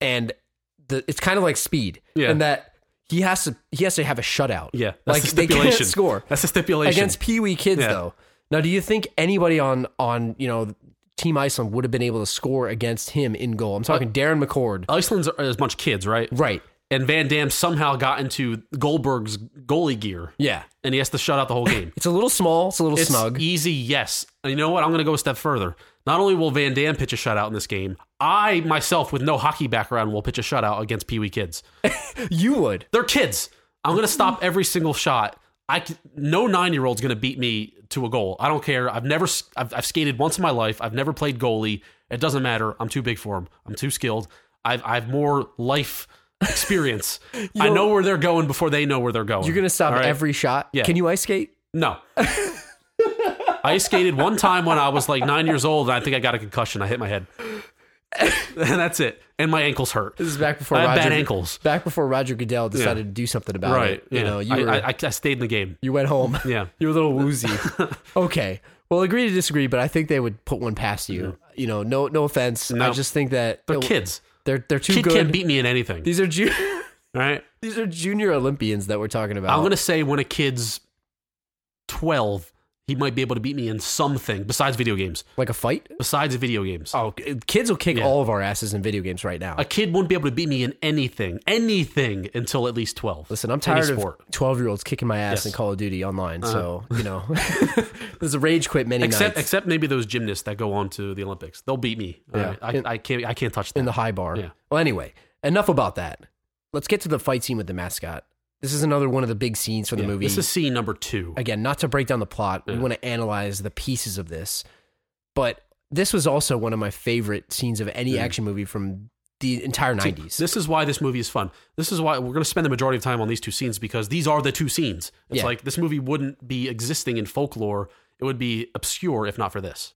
Speaker 3: and the it's kind of like speed
Speaker 2: Yeah.
Speaker 3: and that he has to he has to have a shutout.
Speaker 2: Yeah. That's
Speaker 3: like
Speaker 2: the
Speaker 3: they can't
Speaker 2: stipulation.
Speaker 3: score
Speaker 2: That's a stipulation.
Speaker 3: against Pee Wee kids
Speaker 2: Yeah.
Speaker 3: though. Now, do you think anybody on on you know Team Iceland would have been able to score against him in goal? I'm
Speaker 2: Uh,
Speaker 3: talking Darren McCord,
Speaker 2: Iceland's are as much kids, right?
Speaker 3: right?
Speaker 2: And Van Dam somehow got into Goldberg's goalie gear
Speaker 3: Yeah,
Speaker 2: and he has to shut out the whole game.
Speaker 3: it's a little small, it's a little
Speaker 2: It's
Speaker 3: snug.
Speaker 2: easy, yes. And you know what? I'm going to go a step further. Not only will Van Dam pitch a shutout in this game, I myself, with no hockey background, will pitch a shutout against Pee Wee kids.
Speaker 3: you would.
Speaker 2: They're kids. I'm going to stop every single shot. I c- no nine year old's going to beat me to a goal. I don't care. I've never s- I've, I've skated once in my life. I've never played goalie. It doesn't matter. I'm too big for him. I'm too skilled. I've I've more life experience. I know where they're going before they know where they're going.
Speaker 3: You're gonna stop
Speaker 2: All right?
Speaker 3: every shot.
Speaker 2: Yeah.
Speaker 3: Can you ice skate?
Speaker 2: no. I skated one time when I was like nine years old, and I think I got a concussion. I hit my head, and that's it. And my ankles hurt.
Speaker 3: This is back before
Speaker 2: I had
Speaker 3: Roger
Speaker 2: bad ankles.
Speaker 3: Back before Roger Goodell decided to do something about
Speaker 2: Right.
Speaker 3: it. You
Speaker 2: yeah.
Speaker 3: know, you
Speaker 2: I-
Speaker 3: were
Speaker 2: I, I, I stayed in the game.
Speaker 3: you went home.
Speaker 2: Yeah.
Speaker 3: You're a little woozy. okay. Well, agree to disagree, but I think they would put one past you. You know, no, no offense. I
Speaker 2: Mm-hmm. No.
Speaker 3: just think that
Speaker 2: They're kids.
Speaker 3: They're they're too
Speaker 2: Kid
Speaker 3: good.
Speaker 2: can't beat me in anything.
Speaker 3: these are ju-
Speaker 2: all right.
Speaker 3: these are junior Olympians that we're talking about.
Speaker 2: I'm gonna say when a kid's twelve, he might be able to beat me in something besides video games.
Speaker 3: like a fight.
Speaker 2: Besides video games,
Speaker 3: Oh, k- kids will kick
Speaker 2: Yeah.
Speaker 3: all of our asses in video games right now.
Speaker 2: a kid wouldn't be able to beat me in anything, anything until at least twelve.
Speaker 3: Listen, I'm
Speaker 2: Any
Speaker 3: tired of
Speaker 2: sport.
Speaker 3: twelve year olds kicking my
Speaker 2: Yes.
Speaker 3: ass
Speaker 2: Uh-huh.
Speaker 3: in Call of Duty online. So you know, there's a rage quit many
Speaker 2: Except,
Speaker 3: nights
Speaker 2: except maybe those gymnasts that go on to the Olympics, they'll beat me. All
Speaker 3: Yeah.
Speaker 2: right. I, I can't, I can't touch
Speaker 3: in
Speaker 2: them.
Speaker 3: the high bar.
Speaker 2: Yeah.
Speaker 3: Well, anyway, enough about that. Let's get to the fight scene with the mascot. This is another one of the big scenes from the movie.
Speaker 2: This is scene number two.
Speaker 3: again, not to break down the plot, we want to analyze the pieces of this. But this was also one of my favorite scenes of any action movie from the entire 90s.
Speaker 2: This is why this movie is fun. This is why we're going to spend the majority of time on these two scenes because these are the two scenes. It's
Speaker 3: Yeah.
Speaker 2: like this movie wouldn't be existing in folklore. It would be obscure if not for this.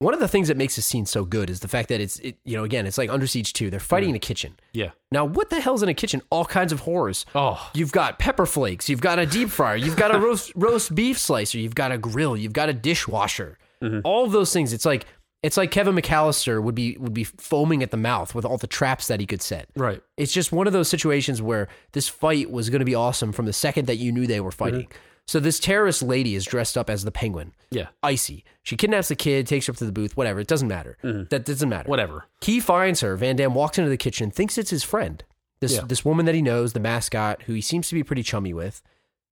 Speaker 3: one of the things that makes this scene so good is the fact that it's, it, you know, again, it's like Under Siege 2. They're fighting in a kitchen.
Speaker 2: Yeah.
Speaker 3: Now, what the hell's in a kitchen? All kinds of horrors.
Speaker 2: Oh,
Speaker 3: You've got pepper flakes. You've got a deep fryer. You've got a roast roast beef slicer. You've got a grill. You've got a dishwasher.
Speaker 2: Mm-hmm.
Speaker 3: All of those things. It's like it's like Kevin McAllister would be would be foaming at the mouth with all the traps that he could set.
Speaker 2: right.
Speaker 3: It's just one of those situations where this fight was going to be awesome from the second that you knew they were fighting.
Speaker 2: Mm-hmm.
Speaker 3: So this terrorist lady is dressed up as the Penguin,
Speaker 2: Yeah.
Speaker 3: icy. She kidnaps the kid, takes her up to the booth. Whatever. It doesn't matter. That doesn't matter.
Speaker 2: Mm-hmm. Whatever.
Speaker 3: He finds her. Van Damme walks into the kitchen, thinks it's his friend, this
Speaker 2: Yeah.
Speaker 3: this woman that he knows, the mascot, who he seems to be pretty chummy with.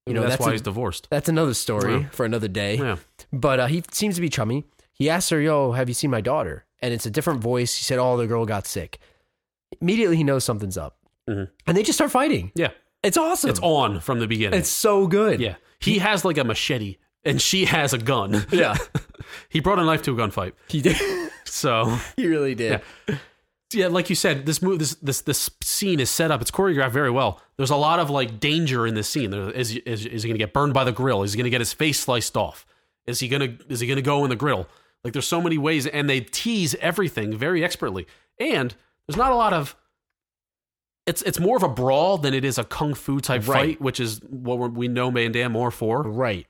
Speaker 3: You know,
Speaker 2: that's,
Speaker 3: that's
Speaker 2: why
Speaker 3: a-
Speaker 2: he's divorced.
Speaker 3: That's another story
Speaker 2: Yeah.
Speaker 3: for another day.
Speaker 2: Yeah.
Speaker 3: But uh, he seems to be chummy. He asks her, "Yo, have you seen my daughter?" And it's a different voice. He said, "Oh, the girl got sick." Immediately, he knows something's up,
Speaker 2: Mhm.
Speaker 3: and they just start fighting.
Speaker 2: Yeah.
Speaker 3: It's awesome.
Speaker 2: It's on from the beginning.
Speaker 3: Um, It's so good.
Speaker 2: yeah. He has like a machete and she has a gun.
Speaker 3: yeah.
Speaker 2: he brought a knife to a gunfight.
Speaker 3: He did.
Speaker 2: So
Speaker 3: He really did.
Speaker 2: yeah, like you said, this move, this this this scene is set up. It's choreographed very well. There's a lot of like danger in this scene. There is is, is he going to get burned by the grill? Is he going to get his face sliced off? Is he going to is he going to go in the grill? Like there's so many ways, and they tease everything very expertly. And there's not a lot of it's it's more of a brawl than it is a kung fu type
Speaker 3: Right. Mm-hmm.
Speaker 2: fight, which is what we're- we know Van Damme more for.
Speaker 3: Right.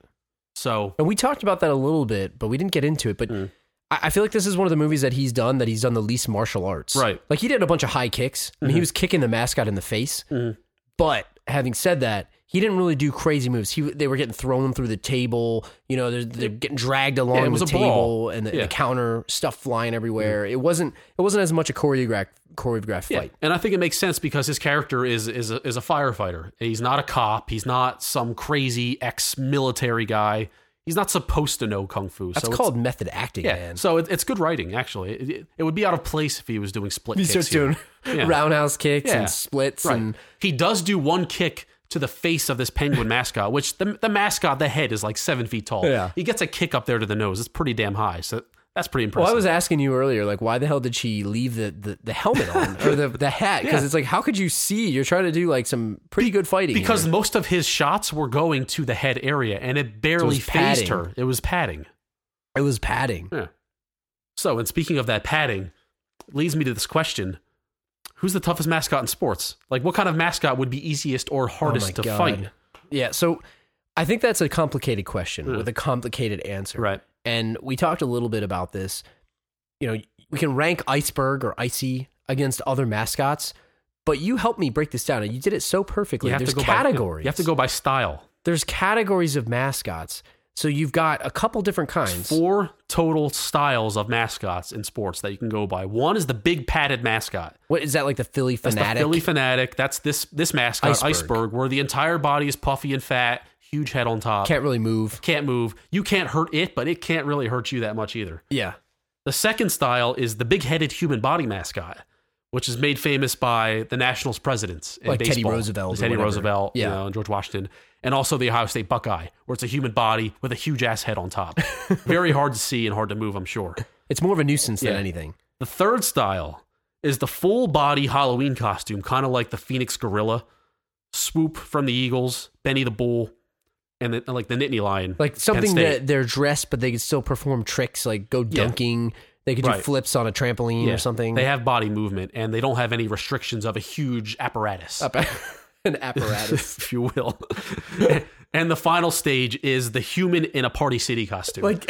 Speaker 2: So
Speaker 3: And we talked about that a little bit, but we didn't get into it. But
Speaker 2: Mm.
Speaker 3: I, I feel like this is one of the movies that he's done that he's done the least martial arts.
Speaker 2: Right. Mm-hmm.
Speaker 3: Like he did a bunch of high kicks. I mean, he was kicking the mascot in the face.
Speaker 2: Mhm.
Speaker 3: But having said that, he didn't really do crazy moves. He they were getting thrown through the table. You know, they're, they're getting dragged along
Speaker 2: Yeah, it was
Speaker 3: the
Speaker 2: a brawl.
Speaker 3: table and the,
Speaker 2: Yeah. Mm-hmm.
Speaker 3: the counter stuff flying everywhere. It wasn't it wasn't as much a choreographed choreographed
Speaker 2: Yeah,
Speaker 3: fight.
Speaker 2: and I think it makes sense because his character is is a, is a firefighter. He's not a cop. He's not some crazy ex military guy. He's not supposed to know kung fu.
Speaker 3: That's
Speaker 2: so
Speaker 3: called method acting,
Speaker 2: It's, yeah,
Speaker 3: man.
Speaker 2: so it, it's good writing actually. It, it, it would be out of place if he was doing split.
Speaker 3: He
Speaker 2: kicks
Speaker 3: starts
Speaker 2: here.
Speaker 3: doing
Speaker 2: Yeah.
Speaker 3: roundhouse kicks
Speaker 2: Yeah.
Speaker 3: and splits
Speaker 2: Right.
Speaker 3: and
Speaker 2: he does do one kick to the face of this penguin mascot, which the the mascot, the head is like seven feet tall.
Speaker 3: Yeah.
Speaker 2: he gets a kick up there to the nose. It's pretty damn high. So that's pretty impressive.
Speaker 3: Well, I was asking you earlier, like, why the hell did she leave the, the, the helmet on or the, the hat? Because it's like, how could you see? You're trying to do like some pretty good fighting.
Speaker 2: because
Speaker 3: here.
Speaker 2: most of his shots were going to the head area, and it barely
Speaker 3: padding.
Speaker 2: phased her. It was padding.
Speaker 3: it was padding.
Speaker 2: Yeah. So, and speaking of that padding, leads me to this question: Who's the toughest mascot in sports? Like, what kind of mascot would be easiest or hardest
Speaker 3: Oh my
Speaker 2: to
Speaker 3: God.
Speaker 2: fight?
Speaker 3: Yeah. So I think that's a complicated question
Speaker 2: Yeah.
Speaker 3: with a complicated answer.
Speaker 2: Mm. Right.
Speaker 3: And we talked a little bit about this. You know, we can rank Iceberg or Icy against other mascots, but you helped me break this down and you did it so perfectly.
Speaker 2: You have
Speaker 3: There's
Speaker 2: to go
Speaker 3: categories.
Speaker 2: By, you have to go by style.
Speaker 3: There's categories of mascots. So you've got a couple different kinds.
Speaker 2: Four total styles of mascots in sports that you can go by. One is the big padded mascot.
Speaker 3: What is that like the Philly
Speaker 2: That's the
Speaker 3: fanatic?
Speaker 2: Philly fanatic. That's this this mascot
Speaker 3: Iceberg.
Speaker 2: iceberg. where the entire body is puffy and fat, huge head on top.
Speaker 3: can't really move.
Speaker 2: can't move. You can't hurt it, but it can't really hurt you that much either.
Speaker 3: Yeah.
Speaker 2: The second style is the big headed human body mascot, which is made famous by the Nationals presidents. in
Speaker 3: Like Teddy
Speaker 2: baseball.
Speaker 3: Roosevelt
Speaker 2: There's
Speaker 3: or
Speaker 2: Teddy
Speaker 3: whatever.
Speaker 2: Roosevelt,
Speaker 3: Yeah.
Speaker 2: you know, and George Washington, and also the Ohio State Buckeye, where it's a human body with a huge ass head on top. Very hard to see and hard to move, I'm sure.
Speaker 3: It's more of a nuisance than
Speaker 2: Yeah.
Speaker 3: anything.
Speaker 2: The third style is the full body Halloween costume, kind of like the Phoenix Gorilla, Swoop from the Eagles, Benny the Bull, and, the, and like the Nittany Lion.
Speaker 3: Like something
Speaker 2: State.
Speaker 3: that they're dressed, but they can still perform tricks, like go
Speaker 2: Yeah.
Speaker 3: dunking. They could do
Speaker 2: Right.
Speaker 3: flips on a trampoline
Speaker 2: Yeah.
Speaker 3: or something.
Speaker 2: They have body movement and they don't have any restrictions of a huge apparatus.
Speaker 3: Up- an apparatus.
Speaker 2: if you will. and the final stage is the human in a party city costume.
Speaker 3: like,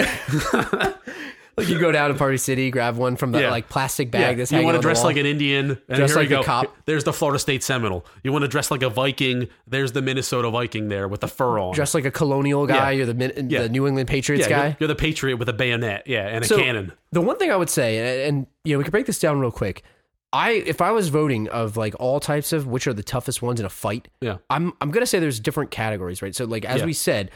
Speaker 3: like you go down to Party City, grab one from the
Speaker 2: Yeah.
Speaker 3: like plastic
Speaker 2: Yeah,
Speaker 3: bag. that's
Speaker 2: you
Speaker 3: hanging
Speaker 2: want
Speaker 3: on
Speaker 2: to
Speaker 3: the
Speaker 2: dress
Speaker 3: wall.
Speaker 2: like an Indian, and
Speaker 3: Dress
Speaker 2: here
Speaker 3: like
Speaker 2: we
Speaker 3: a
Speaker 2: go.
Speaker 3: cop.
Speaker 2: There's the Florida State Seminole. You want to dress like a Viking. There's the Minnesota Viking there with the fur on.
Speaker 3: dress like a colonial guy.
Speaker 2: Yeah.
Speaker 3: You're the Min-
Speaker 2: Yeah.
Speaker 3: the New England Patriots
Speaker 2: yeah,
Speaker 3: guy.
Speaker 2: You're, you're the patriot with a bayonet, yeah, and a
Speaker 3: So,
Speaker 2: cannon.
Speaker 3: The one thing I would say, and, and you know, we could break this down real quick. I, if I was voting of like all types of which are the toughest ones in a fight,
Speaker 2: Yeah.
Speaker 3: I'm I'm gonna say there's different categories, right? So like as
Speaker 2: Yeah.
Speaker 3: we said,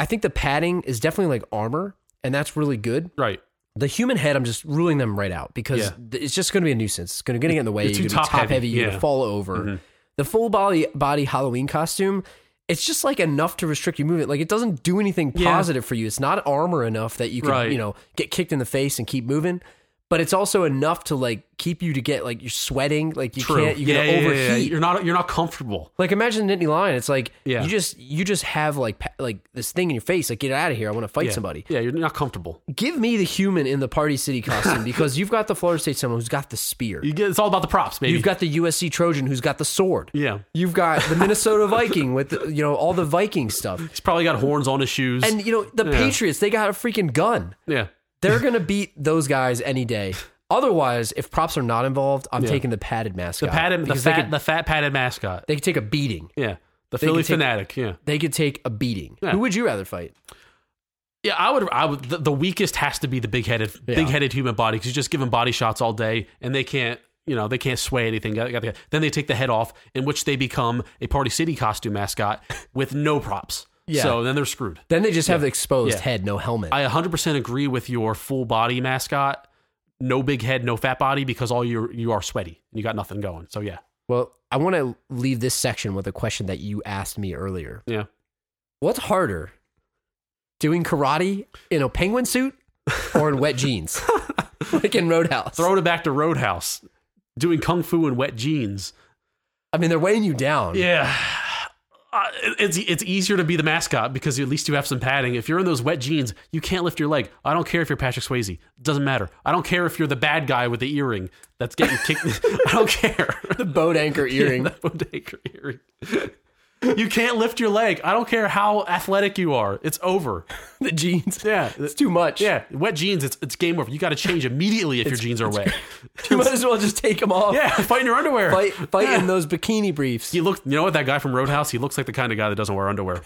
Speaker 3: I think the padding is definitely like armor, and that's really good.
Speaker 2: Right.
Speaker 3: The human head, I'm just ruling them right out because
Speaker 2: Yeah.
Speaker 3: th- it's just gonna be a nuisance. It's gonna, gonna get in the way.
Speaker 2: You're too
Speaker 3: gonna be
Speaker 2: top-heavy,
Speaker 3: You're gonna
Speaker 2: yeah. Mm-hmm.
Speaker 3: fall over. The full body body Halloween costume. It's just like enough to restrict your movement. Like it doesn't do anything
Speaker 2: Yeah.
Speaker 3: positive for you. It's not armor enough that you can,
Speaker 2: Right.
Speaker 3: you know, get kicked in the face and keep moving. But it's also enough to like keep you to get like you're sweating, like you
Speaker 2: True.
Speaker 3: can't, you're
Speaker 2: yeah,
Speaker 3: gonna
Speaker 2: yeah, yeah,
Speaker 3: overheat.
Speaker 2: yeah. You're not. You're not comfortable.
Speaker 3: Like imagine Nittany Lion. It's like
Speaker 2: Yeah.
Speaker 3: you just you just have like pa- like this thing in your face. Like get out of here. I want to fight
Speaker 2: Yeah.
Speaker 3: somebody.
Speaker 2: Yeah, you're not comfortable.
Speaker 3: Give me the human in the Party City costume because you've got the Florida State someone who's got the spear.
Speaker 2: You get, it's all about the props, baby.
Speaker 3: You've got the USC Trojan who's got the sword.
Speaker 2: Yeah.
Speaker 3: You've got the Minnesota Viking with the, you know all the Viking stuff.
Speaker 2: He's probably got horns on his shoes.
Speaker 3: And you know the
Speaker 2: Yeah.
Speaker 3: Patriots, they got a freaking gun.
Speaker 2: yeah.
Speaker 3: They're gonna beat those guys any day. Otherwise, if props are not involved, I'm taking the padded mascot.
Speaker 2: The padded, the
Speaker 3: because
Speaker 2: fat,
Speaker 3: they could,
Speaker 2: the fat padded mascot.
Speaker 3: they could take a beating.
Speaker 2: Yeah. The
Speaker 3: can
Speaker 2: Philly
Speaker 3: take-
Speaker 2: fanatic. Yeah.
Speaker 3: They could take a beating.
Speaker 2: Yeah.
Speaker 3: Who would you rather fight?
Speaker 2: Yeah, I would. I would. The, the weakest has to be the big headed, big headed human body because you just give them body shots all day and they can't you know they can't sway anything. Got- got the- Then they take the head off, in which they become a Party City costume mascot with no props.
Speaker 3: Yeah.
Speaker 2: So then they're screwed.
Speaker 3: Then they just have the exposed
Speaker 2: Yeah.
Speaker 3: head, no helmet.
Speaker 2: I 100% agree with your full body mascot. No big head, no fat body, because all you you are sweaty. You got nothing going. So yeah,
Speaker 3: well, I want to leave this section with a question that you asked me earlier.
Speaker 2: yeah.
Speaker 3: What's harder, doing karate in a penguin suit or in wet jeans, like in Roadhouse?
Speaker 2: Throwing it back to Roadhouse, doing kung fu in wet jeans.
Speaker 3: I mean, they're weighing you down.
Speaker 2: Yeah. Uh, it- it's it's easier to be the mascot because at least you have some padding. If you're in those wet jeans, you can't lift your leg. I don't care if you're Patrick Swayze. Doesn't matter. I don't care if you're the bad guy with the earring that's getting kicked. I don't care.
Speaker 3: The boat anchor earring.
Speaker 2: That bodega earring. You can't lift your leg. I don't care how athletic you are. It's over.
Speaker 3: the jeans.
Speaker 2: Yeah.
Speaker 3: It's too much.
Speaker 2: Yeah. Wet jeans, it's it's game over. You got to change immediately if your jeans are wet.
Speaker 3: You might as well just take them off.
Speaker 2: Yeah, fight in your underwear.
Speaker 3: Fight, fight in those bikini briefs.
Speaker 2: He looked. You know what? That guy from Roadhouse. He looks like the kind of guy that doesn't wear underwear.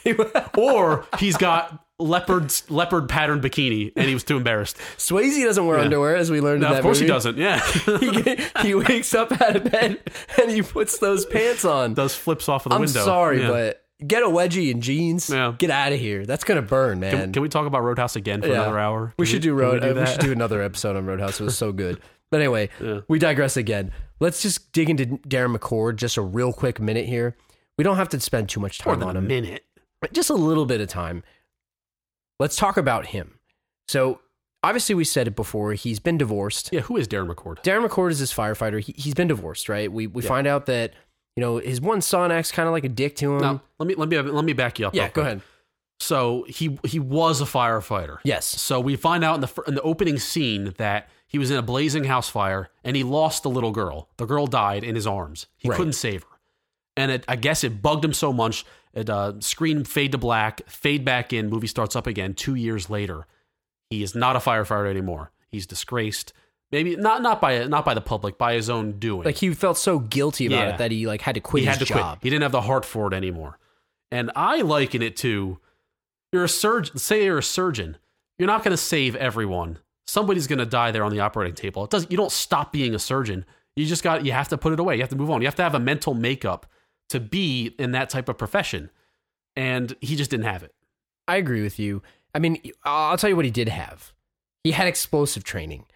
Speaker 2: or he's got leopard leopard patterned bikini, and he was too embarrassed.
Speaker 3: Swayze doesn't wear underwear, as we learned
Speaker 2: Now,
Speaker 3: in that
Speaker 2: of course he
Speaker 3: movie.
Speaker 2: doesn't. Yeah,
Speaker 3: he, he wakes up out of bed and he puts those pants on.
Speaker 2: does flips off of the
Speaker 3: I'm
Speaker 2: window.
Speaker 3: sorry,
Speaker 2: Yeah.
Speaker 3: but get a wedgie and jeans.
Speaker 2: Yeah.
Speaker 3: Get out of here. That's gonna burn, man.
Speaker 2: can we talk about Roadhouse again for
Speaker 3: Yeah.
Speaker 2: another hour?
Speaker 3: We
Speaker 2: Can
Speaker 3: should do road.
Speaker 2: can We
Speaker 3: uh, We,
Speaker 2: do that?
Speaker 3: should do another episode on Roadhouse. It was so good. But anyway, we digress again. Let's just dig into Darren McCord just a real quick minute here. We don't have to spend too much
Speaker 2: more
Speaker 3: time
Speaker 2: than
Speaker 3: on
Speaker 2: a
Speaker 3: him
Speaker 2: minute.
Speaker 3: but just a little bit of time. Let's talk about him. So, obviously, we said it before. He's been divorced.
Speaker 2: Yeah, who is Darren McCord?
Speaker 3: Darren McCord is his firefighter. He, he's been divorced, right? We we find out that you know his one son acts kind of like a dick to him.
Speaker 2: Now, let me let me let me back you up.
Speaker 3: yeah,
Speaker 2: real
Speaker 3: go
Speaker 2: quick.
Speaker 3: ahead.
Speaker 2: So he he was a firefighter.
Speaker 3: Yes,
Speaker 2: So we find out in the fir- in the opening scene that he was in a blazing house fire and he lost the little girl. The girl died in his arms. He
Speaker 3: Right.
Speaker 2: couldn't save her, and it, I guess it bugged him so much. It uh, screen fade to black, fade back in. Movie starts up again two years later. He is not a firefighter anymore. He's disgraced. Maybe not not by not by the public, by his own doing.
Speaker 3: like he felt so guilty about
Speaker 2: Yeah.
Speaker 3: it that he like had to quit
Speaker 2: he
Speaker 3: his
Speaker 2: had to
Speaker 3: job.
Speaker 2: quit. He didn't have the heart for it anymore. And I liken it to you're a surgeon. Say you're a surgeon. You're not going to save everyone. Somebody's going to die there on the operating table. It does. You don't stop being a surgeon. You just got. You have to put it away. You have to move on. You have to have a mental makeup to be in that type of profession. And he just didn't have it.
Speaker 3: I agree with you. I mean, I'll tell you what he did have. He had explosive training.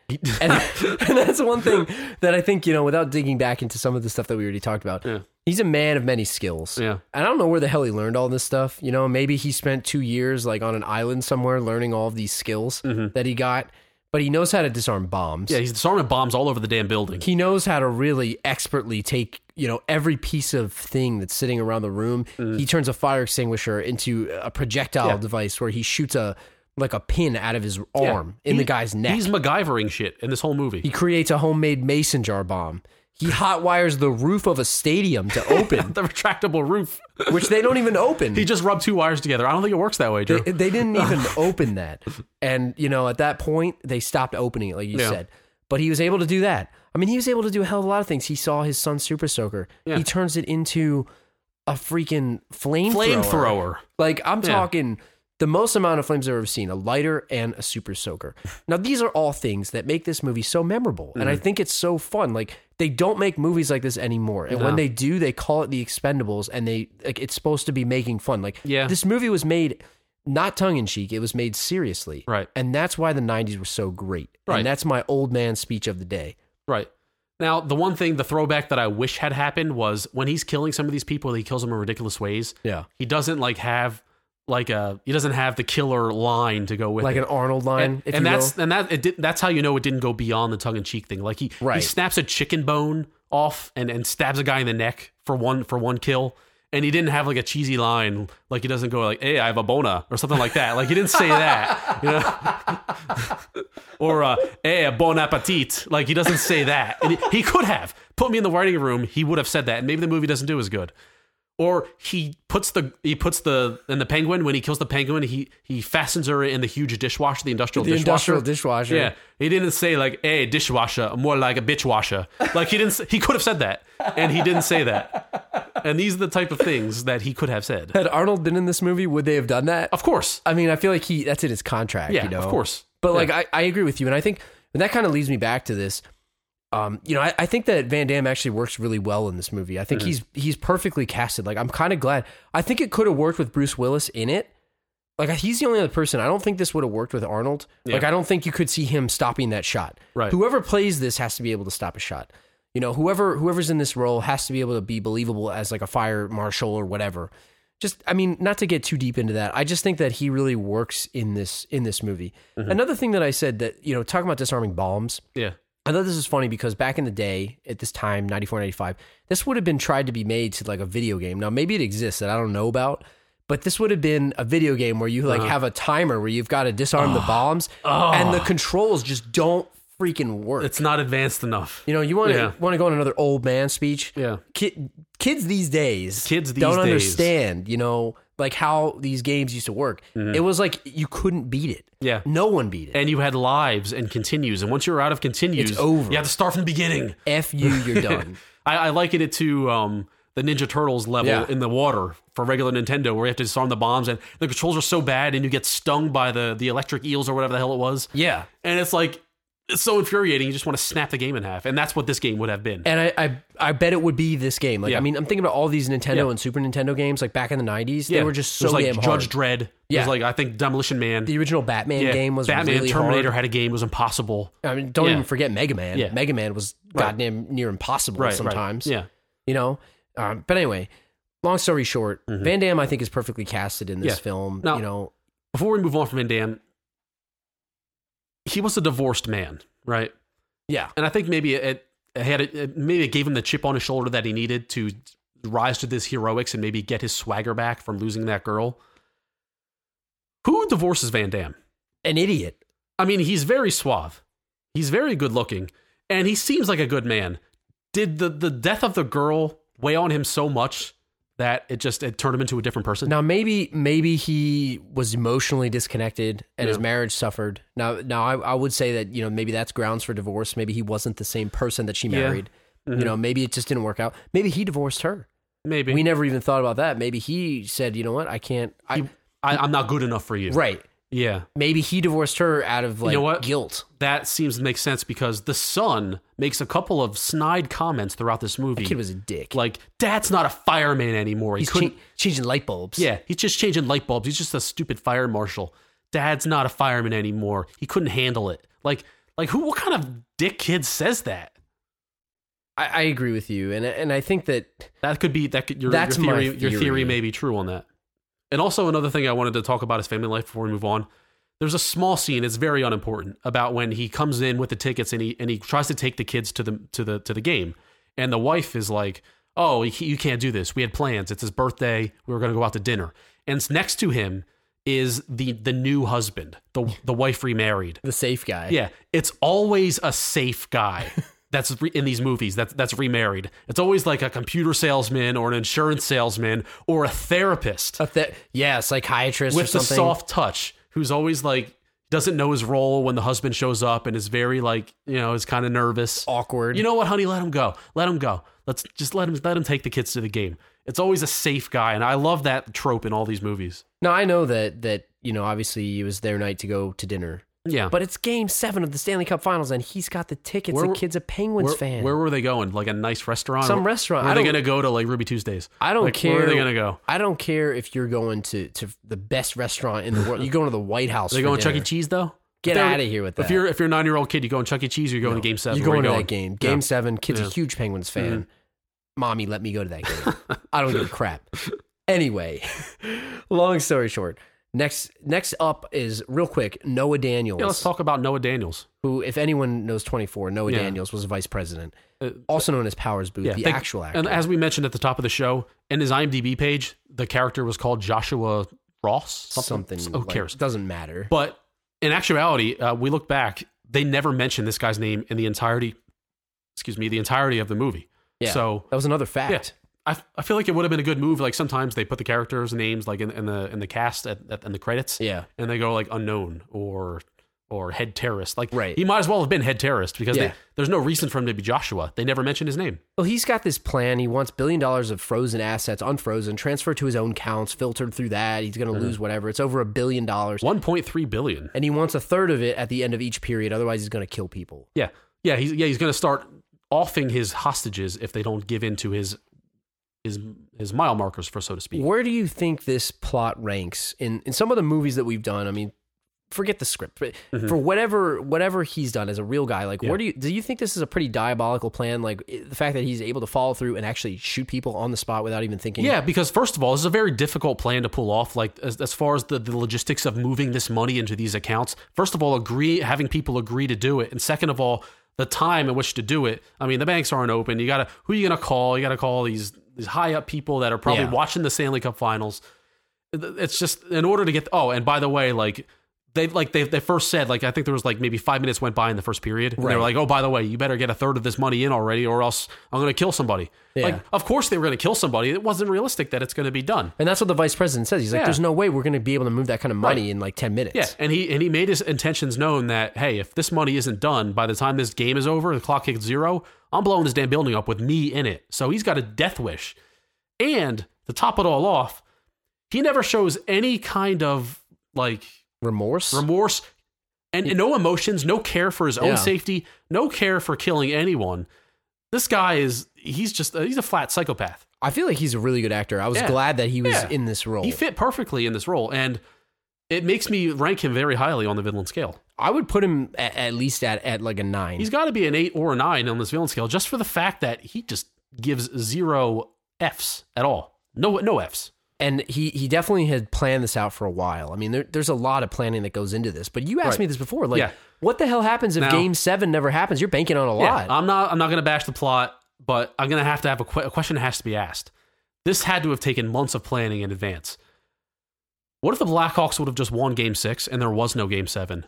Speaker 3: and, and that's one thing that I think, you know, without digging back into some of the stuff that we already talked about,
Speaker 2: Yeah.
Speaker 3: he's a man of many skills.
Speaker 2: Yeah.
Speaker 3: And I don't know where the hell he learned all this stuff. You know, maybe he spent two years like on an island somewhere learning all of these skills that he got, but he knows how to disarm bombs.
Speaker 2: Mm-hmm. Yeah. He's disarming bombs all over the damn building.
Speaker 3: He knows how to really expertly take, you know, every piece of thing that's sitting around the room. He turns a fire extinguisher into a projectile
Speaker 2: Mm-hmm. Yeah.
Speaker 3: device where he shoots a like a pin out of his arm in the
Speaker 2: He-
Speaker 3: guy's neck.
Speaker 2: He's MacGyvering shit in this whole movie.
Speaker 3: He creates a homemade mason jar bomb. He hot wires the roof of a stadium to open,
Speaker 2: the retractable roof.
Speaker 3: which they don't even open.
Speaker 2: He just rubbed two wires together. I don't think it works that way, Drew.
Speaker 3: they, they didn't even open that. And, you know, at that point, they stopped opening it, like you
Speaker 2: Yeah.
Speaker 3: said. But he was able to do that. I mean, he was able to do a hell of a lot of things. He saw his son Super Soaker. He turns it into a freaking flamethrower.
Speaker 2: Flamethrower.
Speaker 3: Like, I'm
Speaker 2: Yeah.
Speaker 3: talking the most amount of flames I've ever seen a lighter and a Super Soaker. Now, these are all things that make this movie so memorable. And
Speaker 2: Mm-hmm.
Speaker 3: I think it's so fun. Like, they don't make movies like this anymore. And when
Speaker 2: No.
Speaker 3: they do, they call it The Expendables and they, like, it's supposed to be making fun. Like,
Speaker 2: Yeah.
Speaker 3: this movie was made not tongue in cheek, it was made seriously.
Speaker 2: Right.
Speaker 3: And that's why the 90s were so great.
Speaker 2: Right.
Speaker 3: And that's my old man speech of the day.
Speaker 2: Right. Now, the one thing, the throwback that I wish had happened was when he's killing some of these people, he kills them in ridiculous ways.
Speaker 3: Yeah.
Speaker 2: He doesn't like have like a he doesn't have the killer line to go with
Speaker 3: Like
Speaker 2: it.
Speaker 3: an Arnold line,
Speaker 2: and,
Speaker 3: if
Speaker 2: and
Speaker 3: you
Speaker 2: that's
Speaker 3: will.
Speaker 2: and that it did, that's how you know it didn't go beyond the tongue in cheek thing. Like he he
Speaker 3: Right.
Speaker 2: snaps a chicken bone off and and stabs a guy in the neck for one for one kill. And he didn't have like a cheesy line, like he doesn't go like, "Hey, I have a bona" or something like that. Like he didn't say that, you know? or uh, "Hey, bon appetit." Like he doesn't say that. And he, he could have put me in the writing room. He would have said that, and maybe the movie doesn't do as good or he puts the he puts the and the penguin when he kills the penguin he he fastens her in the huge dishwasher the industrial
Speaker 3: The
Speaker 2: dishwasher
Speaker 3: industrial dishwasher.
Speaker 2: yeah he didn't say like hey dishwasher more like a bitch washer like he didn't say, he could have said that and he didn't say that and these are the type of things that he could have said
Speaker 3: Had Arnold been in this movie, would they have done that?
Speaker 2: of course
Speaker 3: I mean, I feel like he that's in his contract.
Speaker 2: yeah
Speaker 3: you know?
Speaker 2: of course
Speaker 3: But
Speaker 2: Yeah.
Speaker 3: like I, I agree with you, and I think and that kind of leads me back to this. Um, you know, I, I think that Van Damme actually works really well in this movie. I
Speaker 2: Mm-hmm.
Speaker 3: think he's he's perfectly casted. Like, I'm kind of glad. I think it could have worked with Bruce Willis in it. Like, he's the only other person. I don't think this would have worked with Arnold. Like,
Speaker 2: Yeah.
Speaker 3: I don't think you could see him stopping that shot.
Speaker 2: Right.
Speaker 3: Whoever plays this has to be able to stop a shot. You know, whoever whoever's in this role has to be able to be believable as like a fire marshal or whatever. Just, I mean, not to get too deep into that. I just think that he really works in this in this movie.
Speaker 2: Mm-hmm.
Speaker 3: Another thing that I said that you know, talking about disarming bombs.
Speaker 2: Yeah.
Speaker 3: I thought this was funny because back in the day, at this time, 94, 95, this would have been tried to be made to like a video game. Now, maybe it exists that I don't know about, but this would have been a video game where you like
Speaker 2: Uh-huh.
Speaker 3: have a timer where you've got to disarm
Speaker 2: Oh.
Speaker 3: the bombs and the controls just don't freaking work.
Speaker 2: It's not advanced enough.
Speaker 3: you know, you want to
Speaker 2: Yeah.
Speaker 3: want to go on another old man speech.
Speaker 2: Yeah.
Speaker 3: Ki- kids these days
Speaker 2: Kids these
Speaker 3: don't
Speaker 2: days.
Speaker 3: understand, you know, like how these games used to work. It was like you couldn't beat it.
Speaker 2: Mm-hmm. Yeah.
Speaker 3: No one beat it.
Speaker 2: and you had lives and continues. And once you're out of continues,
Speaker 3: It's over.
Speaker 2: You have to start from the beginning.
Speaker 3: F you, you're done.
Speaker 2: I, I liken it to um, the Ninja Turtles level
Speaker 3: Yeah.
Speaker 2: in the water for regular Nintendo, where you have to disarm the bombs, and the controls are so bad, and you get stung by the the electric eels or whatever the hell it was.
Speaker 3: yeah.
Speaker 2: and it's like it's so infuriating. You just want to snap the game in half, and that's what this game would have been.
Speaker 3: And I, I, I bet it would be this game. Like,
Speaker 2: Yeah.
Speaker 3: I mean, I'm thinking about all these Nintendo
Speaker 2: Yeah.
Speaker 3: and Super Nintendo games. Like back in the '90s, they were just so
Speaker 2: There's like
Speaker 3: damn hard.
Speaker 2: Judge Dredd.
Speaker 3: Yeah.
Speaker 2: There's like I think Demolition Man.
Speaker 3: the original Batman
Speaker 2: yeah,
Speaker 3: game was
Speaker 2: Batman.
Speaker 3: really
Speaker 2: Terminator
Speaker 3: hard.
Speaker 2: had a game it was impossible.
Speaker 3: I mean, don't
Speaker 2: Yeah.
Speaker 3: even forget Mega Man.
Speaker 2: Yeah.
Speaker 3: Mega Man was
Speaker 2: Right.
Speaker 3: goddamn near impossible
Speaker 2: Right.
Speaker 3: sometimes.
Speaker 2: Right. Yeah.
Speaker 3: you know. Um, but anyway, long story short, Van Damme I think is perfectly casted in this
Speaker 2: Mm-hmm. Yeah.
Speaker 3: film.
Speaker 2: Now-
Speaker 3: you know,
Speaker 2: Before we move on from Van Damme, he was a divorced man, right?
Speaker 3: yeah,
Speaker 2: and I think maybe it, it had it, it- maybe it gave him the chip on his shoulder that he needed to rise to this heroics and maybe get his swagger back from losing that girl. Who divorces Van Damme?
Speaker 3: an idiot.
Speaker 2: I mean, he's very suave. He's very good looking, and he seems like a good man. Did the the death of the girl weigh on him so much that it just it turned him into a different person?
Speaker 3: Now maybe maybe he was emotionally disconnected and his
Speaker 2: Yeah.
Speaker 3: marriage suffered. Now now I, I would say that you know maybe that's grounds for divorce. Maybe he wasn't the same person that she
Speaker 2: Yeah. Mm-hmm.
Speaker 3: married. You know maybe it just didn't work out. Maybe he divorced her.
Speaker 2: Maybe
Speaker 3: We never even thought about that. Maybe he said, you know what, I can't. I,
Speaker 2: I, I'm not good enough for you.
Speaker 3: right.
Speaker 2: Yeah.
Speaker 3: Maybe he divorced her out of like
Speaker 2: know what?
Speaker 3: guilt.
Speaker 2: That seems to make sense because the son makes a couple of snide comments throughout this movie.
Speaker 3: Kid was a dick.
Speaker 2: like dad's not a fireman anymore. He
Speaker 3: He's
Speaker 2: couldn't.
Speaker 3: cha- changing light bulbs.
Speaker 2: yeah, he's just changing light bulbs. He's just a stupid fire marshal. Dad's not a fireman anymore. He couldn't handle it. Like, like who? What kind of dick kid says that?
Speaker 3: I, I agree with you, and and I think that
Speaker 2: That could be that. Could, your,
Speaker 3: That's
Speaker 2: your
Speaker 3: my
Speaker 2: theory, Your
Speaker 3: theory.
Speaker 2: theory may be true on that. And also another thing I wanted to talk about is family life before we move on. There's a small scene. It's very unimportant about when he comes in with the tickets and he and he tries to take the kids to the to the to the game, and the wife is like, "Oh, you ca- you can't do this. We had plans. It's his birthday. We were going to go out to dinner." And s- next to him is the the new husband, the the wife remarried.
Speaker 3: the safe guy.
Speaker 2: Yeah, it's always a safe guy that's re- in these movies that's that's remarried. It's always like a computer salesman or an insurance salesman or a therapist
Speaker 3: A th- yeah, psychiatrist or
Speaker 2: with the
Speaker 3: something.
Speaker 2: soft touch who's always like doesn't know his role when the husband shows up and is very like you know is kind of nervous.
Speaker 3: awkward.
Speaker 2: You know what, honey? Let him go. Let him go. Let's just let him let him take the kids to the game. It's always a safe guy, and I love that trope in all these movies.
Speaker 3: Now I know that that you know obviously it was their night to go to dinner,
Speaker 2: Yeah,
Speaker 3: but it's Game Seven of the Stanley Cup Finals, and he's got the tickets.
Speaker 2: Where
Speaker 3: the
Speaker 2: were-
Speaker 3: kid's a Penguins
Speaker 2: where,
Speaker 3: fan.
Speaker 2: where were they going? Like a nice restaurant?
Speaker 3: Some
Speaker 2: Or-
Speaker 3: restaurant.
Speaker 2: Were
Speaker 3: I
Speaker 2: they
Speaker 3: don't-
Speaker 2: going to go to like Ruby Tuesdays?
Speaker 3: I don't
Speaker 2: Like,
Speaker 3: care.
Speaker 2: Where are they going to go?
Speaker 3: I don't care if you're going to to the best restaurant in the world. You're going to the White House.
Speaker 2: They're
Speaker 3: for
Speaker 2: going Chuck E.
Speaker 3: dinner.
Speaker 2: Cheese though.
Speaker 3: Get
Speaker 2: If they're-
Speaker 3: outta here with that.
Speaker 2: If you're if you're a nine year old kid, you go in Chuck E. Cheese or you go in Game Seven.
Speaker 3: You're
Speaker 2: Where
Speaker 3: going
Speaker 2: you
Speaker 3: to that game. Game seven. Kid's a
Speaker 2: Yeah.
Speaker 3: huge Penguins fan. Mommy, let me go to that game. I don't give a crap. Anyway, long story short, next next up is real quick Noah Daniels,
Speaker 2: Yeah, let's talk about Noah Daniels.
Speaker 3: who, if anyone knows 24, Noah
Speaker 2: Yeah. Uh,
Speaker 3: Daniels was vice president, also known as Powers Booth, the
Speaker 2: think-
Speaker 3: actual actor.
Speaker 2: And as we mentioned at the top of the show, in his IMDb page, the character was called Joshua Ross.
Speaker 3: something.
Speaker 2: Who
Speaker 3: like-
Speaker 2: cares?
Speaker 3: Doesn't matter.
Speaker 2: But in actuality, uh, we look back, they never mentioned this guy's name in the entirety. Excuse me, the entirety of the movie.
Speaker 3: Yeah.
Speaker 2: So
Speaker 3: that was another fact.
Speaker 2: I, I feel like it would have been a good move. Like sometimes they put the characters' names like in, in the in the cast at, at in the credits.
Speaker 3: Yeah.
Speaker 2: and they go like unknown or or head terrorist. Like
Speaker 3: Right.
Speaker 2: he might as well have been head terrorist because
Speaker 3: Yeah.
Speaker 2: they, there's no reason for him to be Joshua. They never mentioned his name.
Speaker 3: Well, he's got this plan. He wants billion dollars of frozen assets, unfrozen, transferred to his own counts, filtered through that. He's going
Speaker 2: Mm-hmm.
Speaker 3: to lose whatever. It's over a billion dollars.
Speaker 2: One point three billion.
Speaker 3: and he wants a third of it at the end of each period. Otherwise, he's going to kill people.
Speaker 2: Yeah, Yeah, he's yeah he's going to start offing his hostages if they don't give in to his his his mile markers, for so to speak.
Speaker 3: Where do you think this plot ranks in, in some of the movies that we've done? I mean, forget the script, but
Speaker 2: Mm-hmm.
Speaker 3: for whatever whatever he's done as a real guy, like where do you do you think this is a pretty diabolical plan? Like i- the fact that he's able to follow through and actually shoot people on the spot without even thinking.
Speaker 2: Yeah, because first of all, this is a very difficult plan to pull off. Like as, as far as the, the logistics of moving this money into these accounts, first of all, agree having people agree to do it, and second of all, the time in which to do it. I mean, the banks aren't open. You gotta who you gonna call? You gotta call these these high up people that are probably
Speaker 3: Yeah.
Speaker 2: watching the Stanley Cup Finals. It's just in order to get. Oh, and by the way, like. They like they they first said like I think there was like maybe five minutes went by in the first period. And they were
Speaker 3: Right.
Speaker 2: like, oh by the way, you better get a third of this money in already, or else I'm going to kill somebody.
Speaker 3: Yeah.
Speaker 2: Like of course they were going to kill somebody. It wasn't realistic that it's going to be done.
Speaker 3: And that's what the vice president says. He's like,
Speaker 2: Yeah.
Speaker 3: "There's no way we're going to be able to move that kind of money in like ten minutes."
Speaker 2: Yeah, and he and he made his intentions known that hey, if this money isn't done by the time this game is over, the clock hits zero, I'm blowing this damn building up with me in it. So he's got a death wish, and to top it all off, he never shows any kind of like
Speaker 3: remorse.
Speaker 2: remorse and, and no emotions, no care for his own
Speaker 3: Yeah.
Speaker 2: safety, no care for killing anyone. This guy is he's just he's a flat psychopath.
Speaker 3: I feel like he's a really good actor. I was
Speaker 2: Yeah.
Speaker 3: glad that he was
Speaker 2: Yeah.
Speaker 3: in this role.
Speaker 2: He fit perfectly in this role, and it makes me rank him very highly on the villain scale.
Speaker 3: I would put him at, at least at, at like a nine.
Speaker 2: He's got to be an eight or a nine on this villain scale, just for the fact that he just gives zero f's at all. No, no f's.
Speaker 3: and he he definitely had planned this out for a while. I mean, there, there's a lot of planning that goes into this. But you asked
Speaker 2: Right.
Speaker 3: me this before, like,
Speaker 2: Yeah.
Speaker 3: what the hell happens if
Speaker 2: Now- uh,
Speaker 3: Game Seven never happens? You're banking on a lot.
Speaker 2: I'm not. I'm not going to bash the plot, but I'm going to have to have a, que- a question has to be asked. This had to have taken months of planning in advance. What if the Blackhawks would have just won Game Six and there was no Game Seven?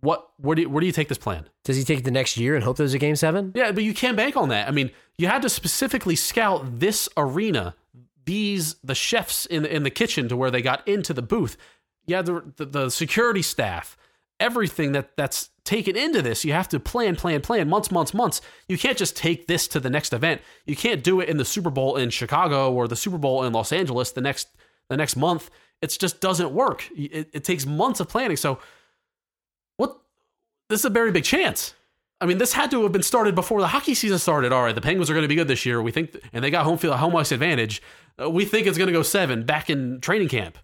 Speaker 2: What? Where do you, where do you take this plan?
Speaker 3: Does he take it the next year and hope there's a Game Seven?
Speaker 2: Yeah, but you can't bank on that. I mean, you had to specifically scout this arena, these the chefs in in the kitchen to where they got into the booth. You had the the, the security staff, everything that that's taken into this. You have to plan, plan, plan, months, months, months. You can't just take this to the next event. You can't do it in the Super Bowl in Chicago or the Super Bowl in Los Angeles the next the next month. It just doesn't work. It, it takes months of planning. So, what this is a very big chance. I mean, this had to have been started before the hockey season started. All right, the Penguins are going to be good this year. We think, and they got home field, home ice advantage. Uh, we think it's going to go seven back in training camp.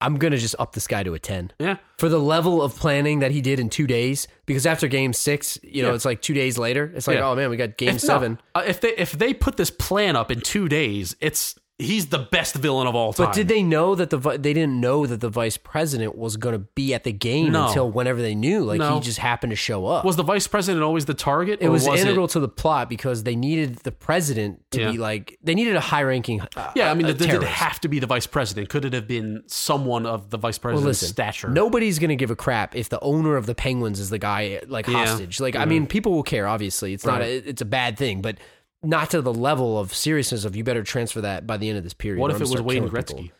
Speaker 3: I'm gonna just up this guy to a ten
Speaker 2: Yeah,
Speaker 3: for the level of planning that he did in two days. Because after Game Six, you know,
Speaker 2: Yeah.
Speaker 3: it's like two days later. It's like,
Speaker 2: Yeah.
Speaker 3: oh man, we got Game
Speaker 2: If not-
Speaker 3: Seven.
Speaker 2: uh, if they if they put this plan up in two days, it's he's the best villain of all time.
Speaker 3: But did they know that the vi- they didn't know that the vice president was going to be at the game
Speaker 2: No.
Speaker 3: until whenever they knew? Like he
Speaker 2: No.
Speaker 3: just happened to show up.
Speaker 2: was the vice president always the target?
Speaker 3: it
Speaker 2: or
Speaker 3: was,
Speaker 2: it-
Speaker 3: integral to the plot because they needed the president to
Speaker 2: Yeah.
Speaker 3: be like they needed a high ranking. Uh,
Speaker 2: yeah, I mean,
Speaker 3: a
Speaker 2: did it
Speaker 3: terrorist.
Speaker 2: have to be the vice president? Could it have been someone of the vice
Speaker 3: Well,
Speaker 2: president's
Speaker 3: listen,
Speaker 2: stature?
Speaker 3: nobody's going to give a crap if the owner of the Penguins is the guy like
Speaker 2: Yeah. Mm-hmm.
Speaker 3: hostage. Like I mean, people will care. Obviously, it's not a, it's a bad thing, but. Not to the level of seriousness of you better transfer that by the end of this period.
Speaker 2: What if
Speaker 3: or I'm
Speaker 2: it was
Speaker 3: gonna start
Speaker 2: Wayne
Speaker 3: killing people.
Speaker 2: Gretzky?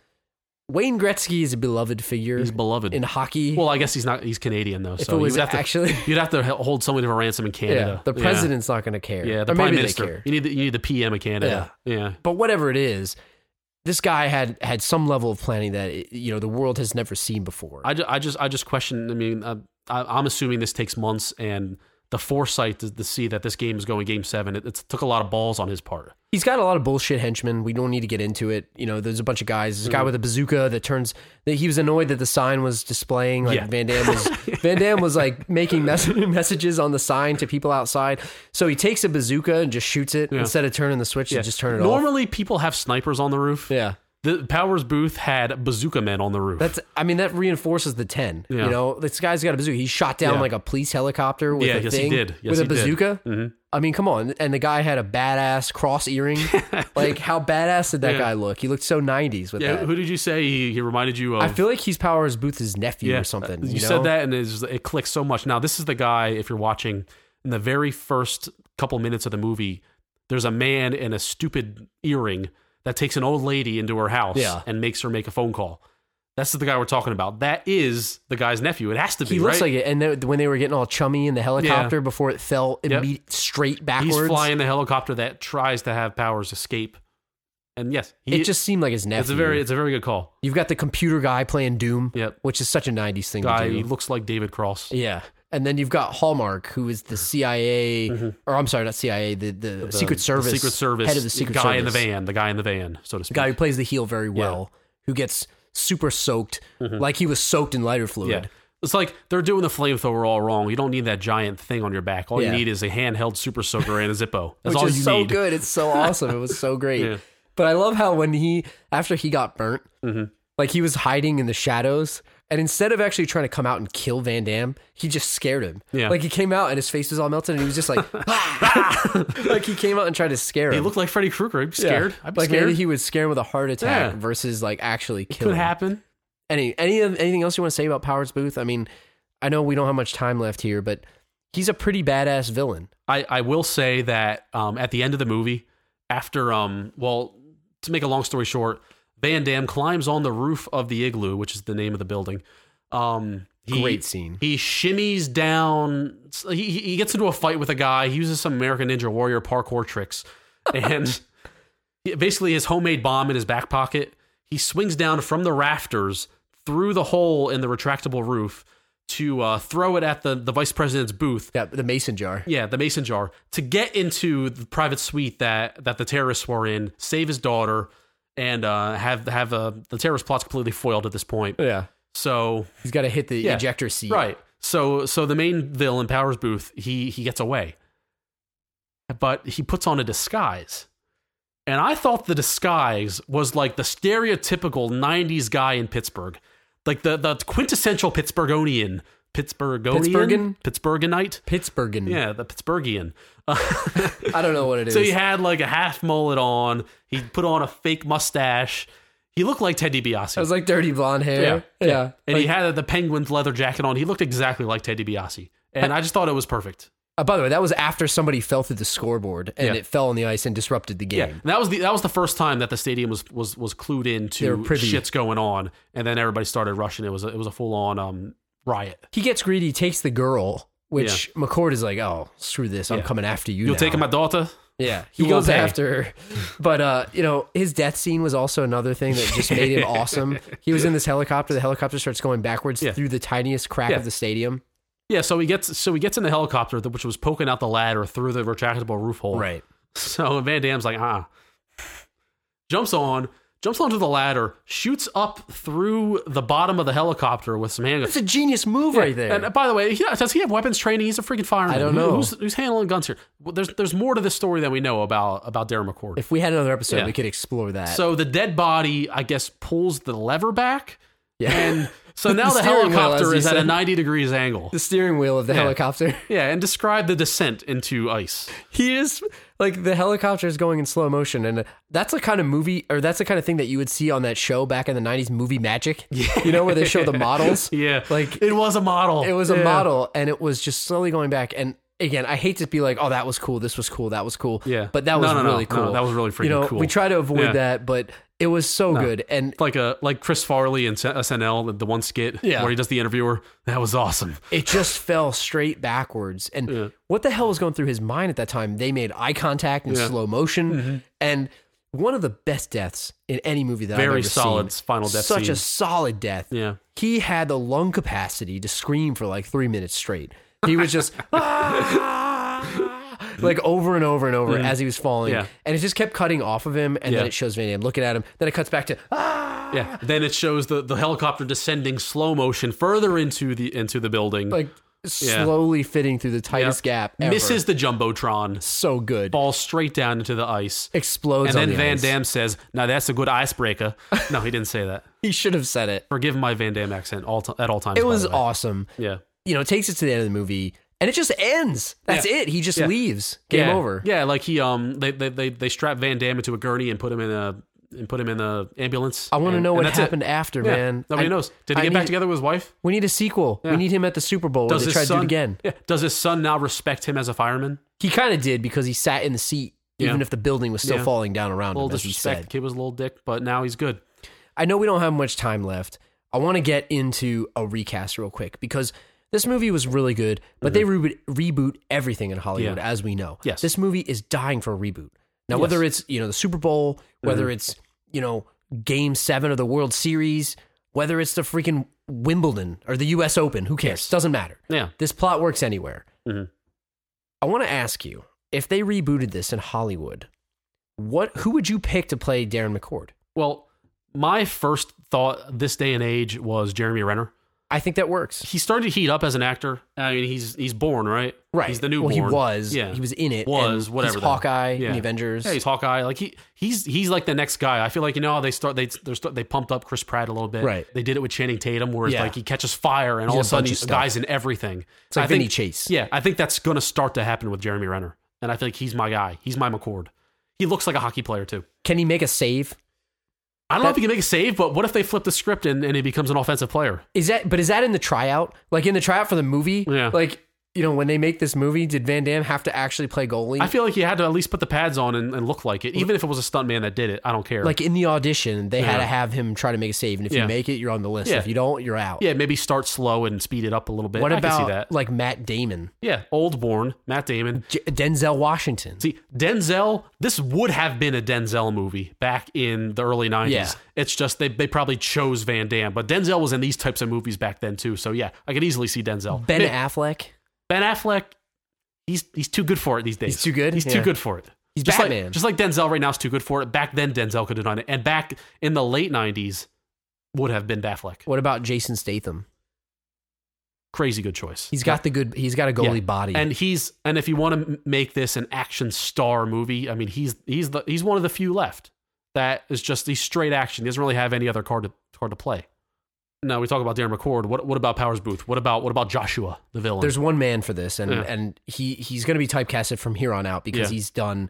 Speaker 3: Wayne Gretzky is a beloved figure.
Speaker 2: He's beloved.
Speaker 3: in hockey.
Speaker 2: Well, I guess he's not. He's Canadian though,
Speaker 3: if
Speaker 2: so
Speaker 3: it was
Speaker 2: you'd have to
Speaker 3: actually,
Speaker 2: you'd have to hold someone to a ransom in Canada.
Speaker 3: yeah, the president's not going to care.
Speaker 2: Yeah, the
Speaker 3: Or
Speaker 2: prime
Speaker 3: maybe they
Speaker 2: minister.
Speaker 3: care.
Speaker 2: You need the, you need the PM of Canada. Yeah.
Speaker 3: But whatever it is, this guy had had some level of planning that you know the world has never seen before.
Speaker 2: I, ju- I just I just question. I mean, uh, I, I'm assuming this takes months and the foresight to, to see that this game is going game seven. It, it's took a lot of balls on his part.
Speaker 3: He's got a lot of bullshit henchmen. We don't need to get into it. You know, there's a bunch of guys. There's a
Speaker 2: Mm-hmm.
Speaker 3: guy with a bazooka that turns. That he was annoyed that the sign was displaying. Like
Speaker 2: Yeah.
Speaker 3: Van Dam was. Van Dam was like making mess- messages on the sign to people outside. So he takes a bazooka and just shoots it instead of turning the switch to just turn it off.
Speaker 2: Normally, people have snipers on the roof.
Speaker 3: Yeah.
Speaker 2: The Powers booth had bazooka men on the roof.
Speaker 3: That's. I mean, that reinforces the ten.
Speaker 2: Yeah.
Speaker 3: You know, this guy's got a bazooka. He shot down
Speaker 2: Yeah.
Speaker 3: like a police helicopter with
Speaker 2: Yeah,
Speaker 3: a
Speaker 2: yes, he
Speaker 3: thing.
Speaker 2: did. Yes,
Speaker 3: with a
Speaker 2: he did. Mm-hmm.
Speaker 3: bazooka. I mean, come on. And the guy had a badass cross earring. like, how badass did that
Speaker 2: Yeah.
Speaker 3: guy look? He looked so nineties with
Speaker 2: yeah.
Speaker 3: that.
Speaker 2: Who did you say he, he reminded you of?
Speaker 3: I feel like he's Powers Booth's nephew
Speaker 2: Yeah, Uh,
Speaker 3: or something.
Speaker 2: You,
Speaker 3: You, know?
Speaker 2: said that, and it's, it clicks so much. Now, this is the guy. If you're watching in the very first couple minutes of the movie, there's a man in a stupid earring that takes an old lady into her house
Speaker 3: Yeah.
Speaker 2: and makes her make a phone call. That's the guy we're talking about. That is the guy's nephew. It has to be.
Speaker 3: He looks
Speaker 2: right?
Speaker 3: like it. And then when they were getting all chummy in the helicopter before it fell immediate, straight backwards,
Speaker 2: he's flying the helicopter that tries to have powers escape. And yes, he,
Speaker 3: it just seemed like his nephew.
Speaker 2: it's a very it's a very good call.
Speaker 3: You've got the computer guy playing Doom,
Speaker 2: Yep.
Speaker 3: which is such a '90s thing
Speaker 2: Guy
Speaker 3: to
Speaker 2: he
Speaker 3: do.
Speaker 2: looks like David Cross.
Speaker 3: Yeah. And then you've got Hallmark, who is the CIA, or I'm sorry, not CIA, the, the, Secret Service,
Speaker 2: Mm-hmm. Secret Service
Speaker 3: head of the Secret
Speaker 2: guy
Speaker 3: Service,
Speaker 2: in the van, the guy in the van, so to speak.
Speaker 3: guy who plays the heel very well, who gets super soaked, like he was soaked in lighter fluid.
Speaker 2: Mm-hmm. yeah. It's like they're doing the flamethrower all wrong. You don't need that giant thing on your back. All
Speaker 3: Yeah.
Speaker 2: you need is a handheld super soaker and a Zippo. That's
Speaker 3: which
Speaker 2: all
Speaker 3: is
Speaker 2: you
Speaker 3: so
Speaker 2: need.
Speaker 3: good. It's so awesome. It was so great.
Speaker 2: Yeah.
Speaker 3: But I love how when he after he got burnt,
Speaker 2: Mm-hmm.
Speaker 3: like he was hiding in the shadows, and instead of actually trying to come out and kill Van Damme, he just scared him.
Speaker 2: Yeah.
Speaker 3: Like he came out and his face was all melted, and he was just like, "Ah!" like he came out and tried to scare him.
Speaker 2: He looked like Freddy Krueger. I'd be
Speaker 3: Yeah.
Speaker 2: scared. I'd be
Speaker 3: like
Speaker 2: scared.
Speaker 3: maybe he would scare him with a heart attack
Speaker 2: Yeah.
Speaker 3: versus like actually kill
Speaker 2: Could
Speaker 3: him.
Speaker 2: happen.
Speaker 3: Any any of anything else you want to say about Powers Booth? I mean, I know we don't have much time left here, but he's a pretty badass villain.
Speaker 2: I, I will say that um, at the end of the movie, after um, well, to make a long story short, Van Damme climbs on the roof of the igloo, which is the name of the building. Um, he,
Speaker 3: Great scene.
Speaker 2: He shimmies down. He, he- he gets into a fight with a guy. He uses some American Ninja Warrior parkour tricks, and he- basically his homemade bomb in his back pocket. He swings down from the rafters through the hole in the retractable roof to uh, throw it at the, the vice president's booth,
Speaker 3: Yeah, the mason jar.
Speaker 2: yeah, the mason jar to get into the private suite that that the terrorists were in, save his daughter, and uh, have have uh, the terrorist plot's completely foiled at this point.
Speaker 3: Yeah.
Speaker 2: So
Speaker 3: He's got to hit the
Speaker 2: Yeah.
Speaker 3: ejector seat.
Speaker 2: right, so so the main villain, Powers Booth, he he gets away, but he puts on a disguise, and I thought the disguise was like the stereotypical '90s guy in Pittsburgh, like the the quintessential Pittsburghonian. Pittsburghonian,
Speaker 3: Pittsburghan?
Speaker 2: Pittsburghanite,
Speaker 3: Pittsburghan.
Speaker 2: yeah, the Pittsburghian.
Speaker 3: I don't know what it is.
Speaker 2: So he had like a half mullet on. He put on a fake mustache. He looked like Ted DiBiase.
Speaker 3: I was like dirty blonde hair.
Speaker 2: Yeah.
Speaker 3: Yeah.
Speaker 2: and
Speaker 3: Like-
Speaker 2: he had the penguin's leather jacket on. He looked exactly like Ted DiBiase. And I just thought it was perfect.
Speaker 3: Uh, by the way, that was after somebody fell through the scoreboard and
Speaker 2: Yeah.
Speaker 3: it fell on the ice and disrupted the game.
Speaker 2: And that was the that was the first time that the stadium was was was clued
Speaker 3: They were
Speaker 2: into
Speaker 3: privy.
Speaker 2: shit's going on, and then everybody started rushing. It was a, it was a full on um, riot.
Speaker 3: He gets greedy, takes the girl, which McCord is like, oh, screw this. I'm
Speaker 2: Yeah.
Speaker 3: coming after you.
Speaker 2: You'll
Speaker 3: now."
Speaker 2: take my daughter.
Speaker 3: Yeah. He
Speaker 2: You won't
Speaker 3: goes
Speaker 2: pay.
Speaker 3: after her. But, uh, you know, his death scene was also another thing that just made him awesome. He was in this helicopter. The helicopter starts going backwards
Speaker 2: Yeah.
Speaker 3: through the tiniest crack
Speaker 2: Yeah.
Speaker 3: of the stadium.
Speaker 2: Yeah, so he gets so he gets in the helicopter, which was poking out the ladder through the retractable roof hole. So Van Damme's like, ah. Jumps on, jumps onto the ladder, shoots up through the bottom of the helicopter with some handguns.
Speaker 3: That's a genius move right there.
Speaker 2: And uh, by the way, he, does he have weapons training? He's a freaking fireman.
Speaker 3: I don't
Speaker 2: Who-
Speaker 3: know.
Speaker 2: Who's, who's handling guns here? Well, there's there's more to this story than we know about about Darren McCord.
Speaker 3: if we had another episode,
Speaker 2: Yeah.
Speaker 3: we could explore that.
Speaker 2: So the dead body, I guess, pulls the lever back,
Speaker 3: yeah.
Speaker 2: and so now
Speaker 3: The
Speaker 2: the,
Speaker 3: steering wheel,
Speaker 2: helicopter
Speaker 3: as you
Speaker 2: is at a
Speaker 3: said.
Speaker 2: 90 degrees angle.
Speaker 3: the steering wheel of the helicopter.
Speaker 2: Yeah, and describe the descent into ice.
Speaker 3: He is like the helicopter is going in slow motion, and uh, that's the kind of movie or that's the kind of thing that you would see on that show back in the '90s, Movie Magic. You know where they show the models.
Speaker 2: Yeah,
Speaker 3: Like-
Speaker 2: it was a model.
Speaker 3: It was a
Speaker 2: Yeah.
Speaker 3: model, and it was just slowly going back. And again, I hate to be like, "Oh, that was cool. This was cool. That was cool."
Speaker 2: Yeah.
Speaker 3: but that
Speaker 2: No,
Speaker 3: was
Speaker 2: no, no.
Speaker 3: really
Speaker 2: No,
Speaker 3: cool.
Speaker 2: that was really
Speaker 3: You
Speaker 2: freaking
Speaker 3: know,
Speaker 2: cool.
Speaker 3: we try to avoid
Speaker 2: Yeah.
Speaker 3: that, but it was so good. And
Speaker 2: like a like Chris Farley and SNL, the- the one skit
Speaker 3: Yeah.
Speaker 2: where he does the interviewer. That was awesome.
Speaker 3: it just fell straight backwards. And what the hell was going through his mind at that time? They made eye contact in slow motion,
Speaker 2: Mm-hmm.
Speaker 3: and one of the best deaths in any movie that I've
Speaker 2: Very
Speaker 3: ever
Speaker 2: solid
Speaker 3: seen.
Speaker 2: final death
Speaker 3: Such
Speaker 2: scene.
Speaker 3: a solid death.
Speaker 2: Yeah.
Speaker 3: he had the lung capacity to scream for like three minutes straight. He was just. "Ah!" Like over and over and over as he was falling,
Speaker 2: Yeah.
Speaker 3: and it just kept cutting off of him, and then
Speaker 2: Yeah.
Speaker 3: it shows Van Damme looking at him. Then it cuts back to ah,
Speaker 2: Yeah. Then it shows the, the helicopter descending slow motion further into the into the building.
Speaker 3: like slowly fitting through the tightest gap. Ever.
Speaker 2: misses the jumbotron,
Speaker 3: so good.
Speaker 2: falls straight down into the ice,
Speaker 3: explodes.
Speaker 2: and then
Speaker 3: on the
Speaker 2: Van
Speaker 3: ice.
Speaker 2: Damme says, "Now that's a good icebreaker." No, he didn't say that.
Speaker 3: He should have said it.
Speaker 2: Forgive my Van Damme accent all ti- at all times.
Speaker 3: It
Speaker 2: by
Speaker 3: was
Speaker 2: the way.
Speaker 3: awesome.
Speaker 2: yeah.
Speaker 3: You know, it takes it to the end of the movie, and it just ends. That's
Speaker 2: Yeah.
Speaker 3: it. He just
Speaker 2: Yeah.
Speaker 3: leaves. Game
Speaker 2: Yeah.
Speaker 3: over.
Speaker 2: Yeah, like he um they they they, they strap Van Damme into a gurney and put him in a and put him in the ambulance.
Speaker 3: I want to
Speaker 2: and-
Speaker 3: know
Speaker 2: and
Speaker 3: what
Speaker 2: that's it.
Speaker 3: happened after,
Speaker 2: Yeah,
Speaker 3: man.
Speaker 2: Nobody
Speaker 3: I-
Speaker 2: knows. Did he
Speaker 3: I
Speaker 2: get back
Speaker 3: need-
Speaker 2: together with his wife?
Speaker 3: We need a sequel. We need him at the Super Bowl. Does
Speaker 2: Does
Speaker 3: they
Speaker 2: his
Speaker 3: tried
Speaker 2: son
Speaker 3: to do it again.
Speaker 2: Yeah. Does his son now respect him as a fireman?
Speaker 3: He kind of did because he sat in the seat,
Speaker 2: Yeah.
Speaker 3: even if the building was still
Speaker 2: Yeah.
Speaker 3: falling down around
Speaker 2: A little
Speaker 3: him. As he
Speaker 2: disrespect.
Speaker 3: said,
Speaker 2: The kid was a little dick, but now he's good.
Speaker 3: I know we don't have much time left. I want to get into a recast real quick because this movie was really good, but they reboot, reboot everything in Hollywood,
Speaker 2: Mm-hmm. Yeah.
Speaker 3: as we know.
Speaker 2: Yes.
Speaker 3: This movie is dying for a reboot. Now, whether it's, you know, the Super
Speaker 2: Mm-hmm.
Speaker 3: Bowl, whether it's, you know, game seven of the World Series, whether it's the freaking Wimbledon or the U.S. Open. Who cares? Doesn't matter.
Speaker 2: Yeah.
Speaker 3: This plot works anywhere.
Speaker 2: Mhm.
Speaker 3: I want to ask you if they rebooted this in Hollywood, what who would you pick to play Darren McCord?
Speaker 2: Well, my first thought this day and age was Jeremy Renner.
Speaker 3: I think that works.
Speaker 2: He's starting to heat up as an actor. I mean, he's he's born right.
Speaker 3: Right.
Speaker 2: He's the new.
Speaker 3: Well, he
Speaker 2: born.
Speaker 3: was.
Speaker 2: Yeah.
Speaker 3: He was in it.
Speaker 2: Was,
Speaker 3: and
Speaker 2: whatever
Speaker 3: He's
Speaker 2: then.
Speaker 3: Hawkeye in
Speaker 2: Yeah.
Speaker 3: the Avengers.
Speaker 2: Yeah, he's Hawkeye. Like he, he's he's like the next guy. I feel like you know how they start they they're start, they pumped up Chris Pratt a little bit.
Speaker 3: Right.
Speaker 2: They did it with Channing Tatum, where it's
Speaker 3: Yeah.
Speaker 2: like he catches fire and all
Speaker 3: He's in
Speaker 2: of a
Speaker 3: a
Speaker 2: sudden
Speaker 3: bunch of
Speaker 2: he's
Speaker 3: stuff.
Speaker 2: guys in everything.
Speaker 3: it's like
Speaker 2: I think-
Speaker 3: Vinny Chase.
Speaker 2: Yeah, I think that's gonna start to happen with Jeremy Renner, and I feel like he's my guy. He's my McCord. He looks like a hockey player too.
Speaker 3: Can he make a save?
Speaker 2: I don't know if he can make a save, but what if they flip the script and, and he becomes an offensive player?
Speaker 3: Is that but is that in the tryout? Like in the tryout for the movie?
Speaker 2: Yeah.
Speaker 3: Like, you know, when they make this movie, did Van Damme have to actually play goalie?
Speaker 2: I feel like he had to at least put the pads on and, and look like it, even if it was a stunt man that did it. I don't care.
Speaker 3: like in the audition, they had
Speaker 2: Yeah.
Speaker 3: to have him try to make a save, and if you
Speaker 2: Yeah.
Speaker 3: make it, you're on the list.
Speaker 2: Yeah.
Speaker 3: If you don't, you're out.
Speaker 2: yeah, maybe start slow and speed it up a little bit.
Speaker 3: What
Speaker 2: I
Speaker 3: about
Speaker 2: can see that?
Speaker 3: like Matt Damon,
Speaker 2: Yeah, old born Matt Damon.
Speaker 3: J- Denzel Washington?
Speaker 2: See, Denzel, this would have been a Denzel movie back in the early 90s.
Speaker 3: Yeah.
Speaker 2: It's just they, they probably chose Van Damme, but Denzel was in these types of movies back then too. So yeah, I could easily see Denzel.
Speaker 3: Ben
Speaker 2: Ma-
Speaker 3: Affleck.
Speaker 2: ben Affleck, he's he's too good for it these days.
Speaker 3: He's too good?
Speaker 2: He's
Speaker 3: Yeah.
Speaker 2: too good for it.
Speaker 3: He's
Speaker 2: just
Speaker 3: Batman.
Speaker 2: Like, just like Denzel right now is too good for it. Back then Denzel could have done it. And back in the late 90s would have been Affleck.
Speaker 3: What about Jason Statham?
Speaker 2: Crazy good choice.
Speaker 3: He's got the good. He's got a goalie
Speaker 2: Yeah.
Speaker 3: body.
Speaker 2: And he's and if you want to make this an action star movie, I mean he's he's the he's one of the few left that is just he's straight action. He doesn't really have any other card to card to play. Now we talk about Darren McCord. What what about Powers Booth? What about what about Joshua the villain?
Speaker 3: There's one man for this, and
Speaker 2: Yeah.
Speaker 3: and he he's going to be typecasted from here on out because
Speaker 2: Yeah.
Speaker 3: he's done.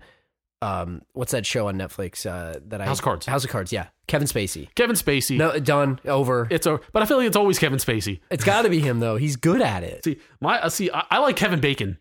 Speaker 3: Um, what's that show on Netflix? Uh, that I
Speaker 2: House of Cards.
Speaker 3: House of Cards. Yeah, Kevin Spacey.
Speaker 2: Kevin Spacey.
Speaker 3: No, done. Over.
Speaker 2: It's a but I feel like it's always Kevin Spacey.
Speaker 3: It's got to be him though. He's good at it.
Speaker 2: See my uh, see I, I like Kevin Bacon.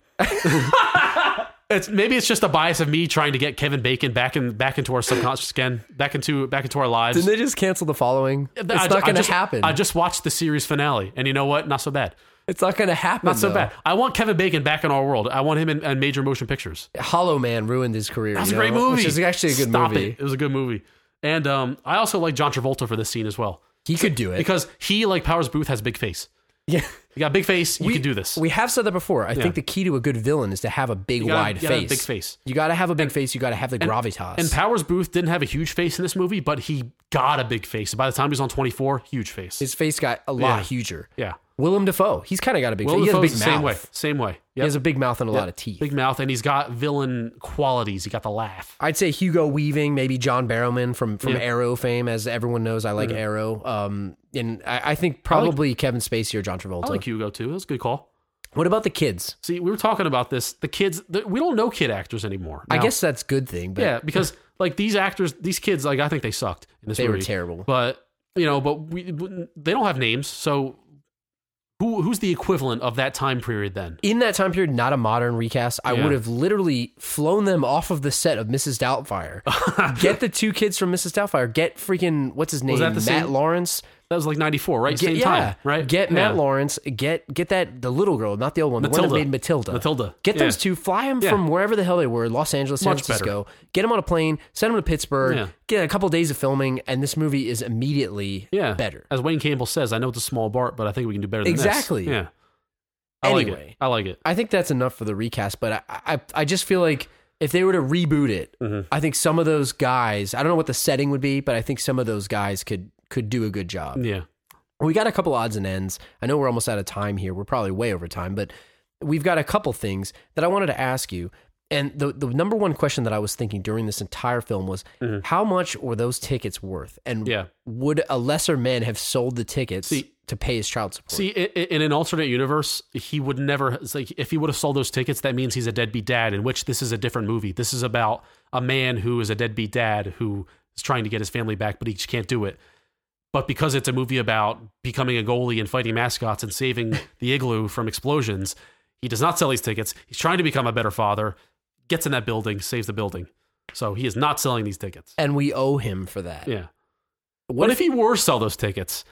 Speaker 2: it's maybe it's just a bias of me trying to get Kevin Bacon back in back into our subconscious again, back into back into our lives.
Speaker 3: Didn't they just cancel the following? It's
Speaker 2: I ju- I
Speaker 3: not going to
Speaker 2: just-
Speaker 3: happen.
Speaker 2: I just watched the series finale, and you know what? Not so bad.
Speaker 3: it's not going to happen.
Speaker 2: Not so
Speaker 3: though.
Speaker 2: bad. I want Kevin Bacon back in our world. I want him in, in major motion pictures.
Speaker 3: Hollow Man ruined his career.
Speaker 2: That's
Speaker 3: you
Speaker 2: a great
Speaker 3: know,
Speaker 2: movie.
Speaker 3: Which is actually a good
Speaker 2: Stop
Speaker 3: movie.
Speaker 2: It. it was a good movie. And um, I also like John Travolta for this scene as well
Speaker 3: He could do it.
Speaker 2: because he, like Powers Booth, has big face.
Speaker 3: yeah.
Speaker 2: You got big face. You can do this.
Speaker 3: We have said that before. I think the key to a good villain is to have a big,
Speaker 2: You gotta-
Speaker 3: wide
Speaker 2: you gotta have
Speaker 3: face.
Speaker 2: a big face.
Speaker 3: You got to have a big face. You got to have the gravitas.
Speaker 2: And Powers Booth didn't have a huge face in this movie, but he got a big face. By the time he was on twenty four, huge face.
Speaker 3: His face got a lot
Speaker 2: Yeah.
Speaker 3: huger.
Speaker 2: yeah.
Speaker 3: Willem Dafoe, he's kind of got a big.
Speaker 2: Willem
Speaker 3: face. he has a
Speaker 2: Dafoe's
Speaker 3: big
Speaker 2: the
Speaker 3: mouth.
Speaker 2: same way. Same way.
Speaker 3: He
Speaker 2: Yep.
Speaker 3: has a big mouth and a lot of teeth.
Speaker 2: big mouth, and he's got villain qualities. He got the laugh.
Speaker 3: I'd say Hugo Weaving, maybe John Barrowman from from
Speaker 2: Yeah.
Speaker 3: Arrow fame, as everyone knows. I like Arrow. Um, and I, I think probably Kevin Spacey or John Travolta.
Speaker 2: I like Hugo too. That was a good call.
Speaker 3: what about the kids?
Speaker 2: See, we were talking about this. The kids, the, we don't know kid actors anymore.
Speaker 3: I
Speaker 2: Now-
Speaker 3: guess that's a good thing. But
Speaker 2: yeah, because like these actors, these kids, like I think they sucked in this
Speaker 3: They were
Speaker 2: movie.
Speaker 3: terrible.
Speaker 2: But you know, but we they don't have names, so who who's the equivalent of that time period then?
Speaker 3: in that time period, not a modern recast. I
Speaker 2: Yeah.
Speaker 3: would have literally flown them off of the set of Mrs. Doubtfire. get the two kids from Mrs. Doubtfire. Get freaking what's his name?
Speaker 2: that
Speaker 3: Matt
Speaker 2: the same-
Speaker 3: Lawrence.
Speaker 2: That was like ninety four, right?
Speaker 3: Get,
Speaker 2: Same
Speaker 3: yeah,
Speaker 2: time, right?
Speaker 3: Get Matt
Speaker 2: Yeah.
Speaker 3: Lawrence. Get get that the little girl, not the old one. The one
Speaker 2: Matilda.
Speaker 3: that made Matilda.
Speaker 2: Matilda.
Speaker 3: Get
Speaker 2: Yeah.
Speaker 3: those two. Fly them from wherever the hell they were, Los Angeles, San
Speaker 2: Much better.
Speaker 3: Francisco. Get them on a plane. Send them to Pittsburgh.
Speaker 2: Yeah.
Speaker 3: Get a couple days of filming, and this movie is immediately
Speaker 2: Yeah,
Speaker 3: better.
Speaker 2: As Wayne Campbell says, I know it's a small part, but I think we can do better. than this."
Speaker 3: Exactly.
Speaker 2: Yeah. I like
Speaker 3: Anyway.
Speaker 2: it. I like it.
Speaker 3: I think that's enough for the recast, but I I, I just feel like if they were to reboot it,
Speaker 2: Mm-hmm.
Speaker 3: I think some of those guys, I don't know what the setting would be, but I think some of those guys could could do a good job.
Speaker 2: Yeah.
Speaker 3: We got a couple odds and ends. I know we're almost out of time here. We're probably way over time, but we've got a couple things that I wanted to ask you. And the the number one question that I was thinking during this entire film was how much were those tickets worth? And
Speaker 2: Mm-hmm. Yeah.
Speaker 3: would a lesser man have sold the tickets
Speaker 2: See-
Speaker 3: to pay his child support?
Speaker 2: See, i- i- in an alternate universe, he would never. It's like if he would have sold those tickets, that means he's a deadbeat dad. In which this is a different movie. This is about a man who is a deadbeat dad who is trying to get his family back, but he just can't do it. But because it's a movie about becoming a goalie and fighting mascots and saving the igloo from explosions, he does not sell these tickets. He's trying to become a better father. Gets in that building, saves the building. So he is not selling these tickets.
Speaker 3: and we owe him for that.
Speaker 2: Yeah.
Speaker 3: What
Speaker 2: What
Speaker 3: if?
Speaker 2: if he were sell those tickets?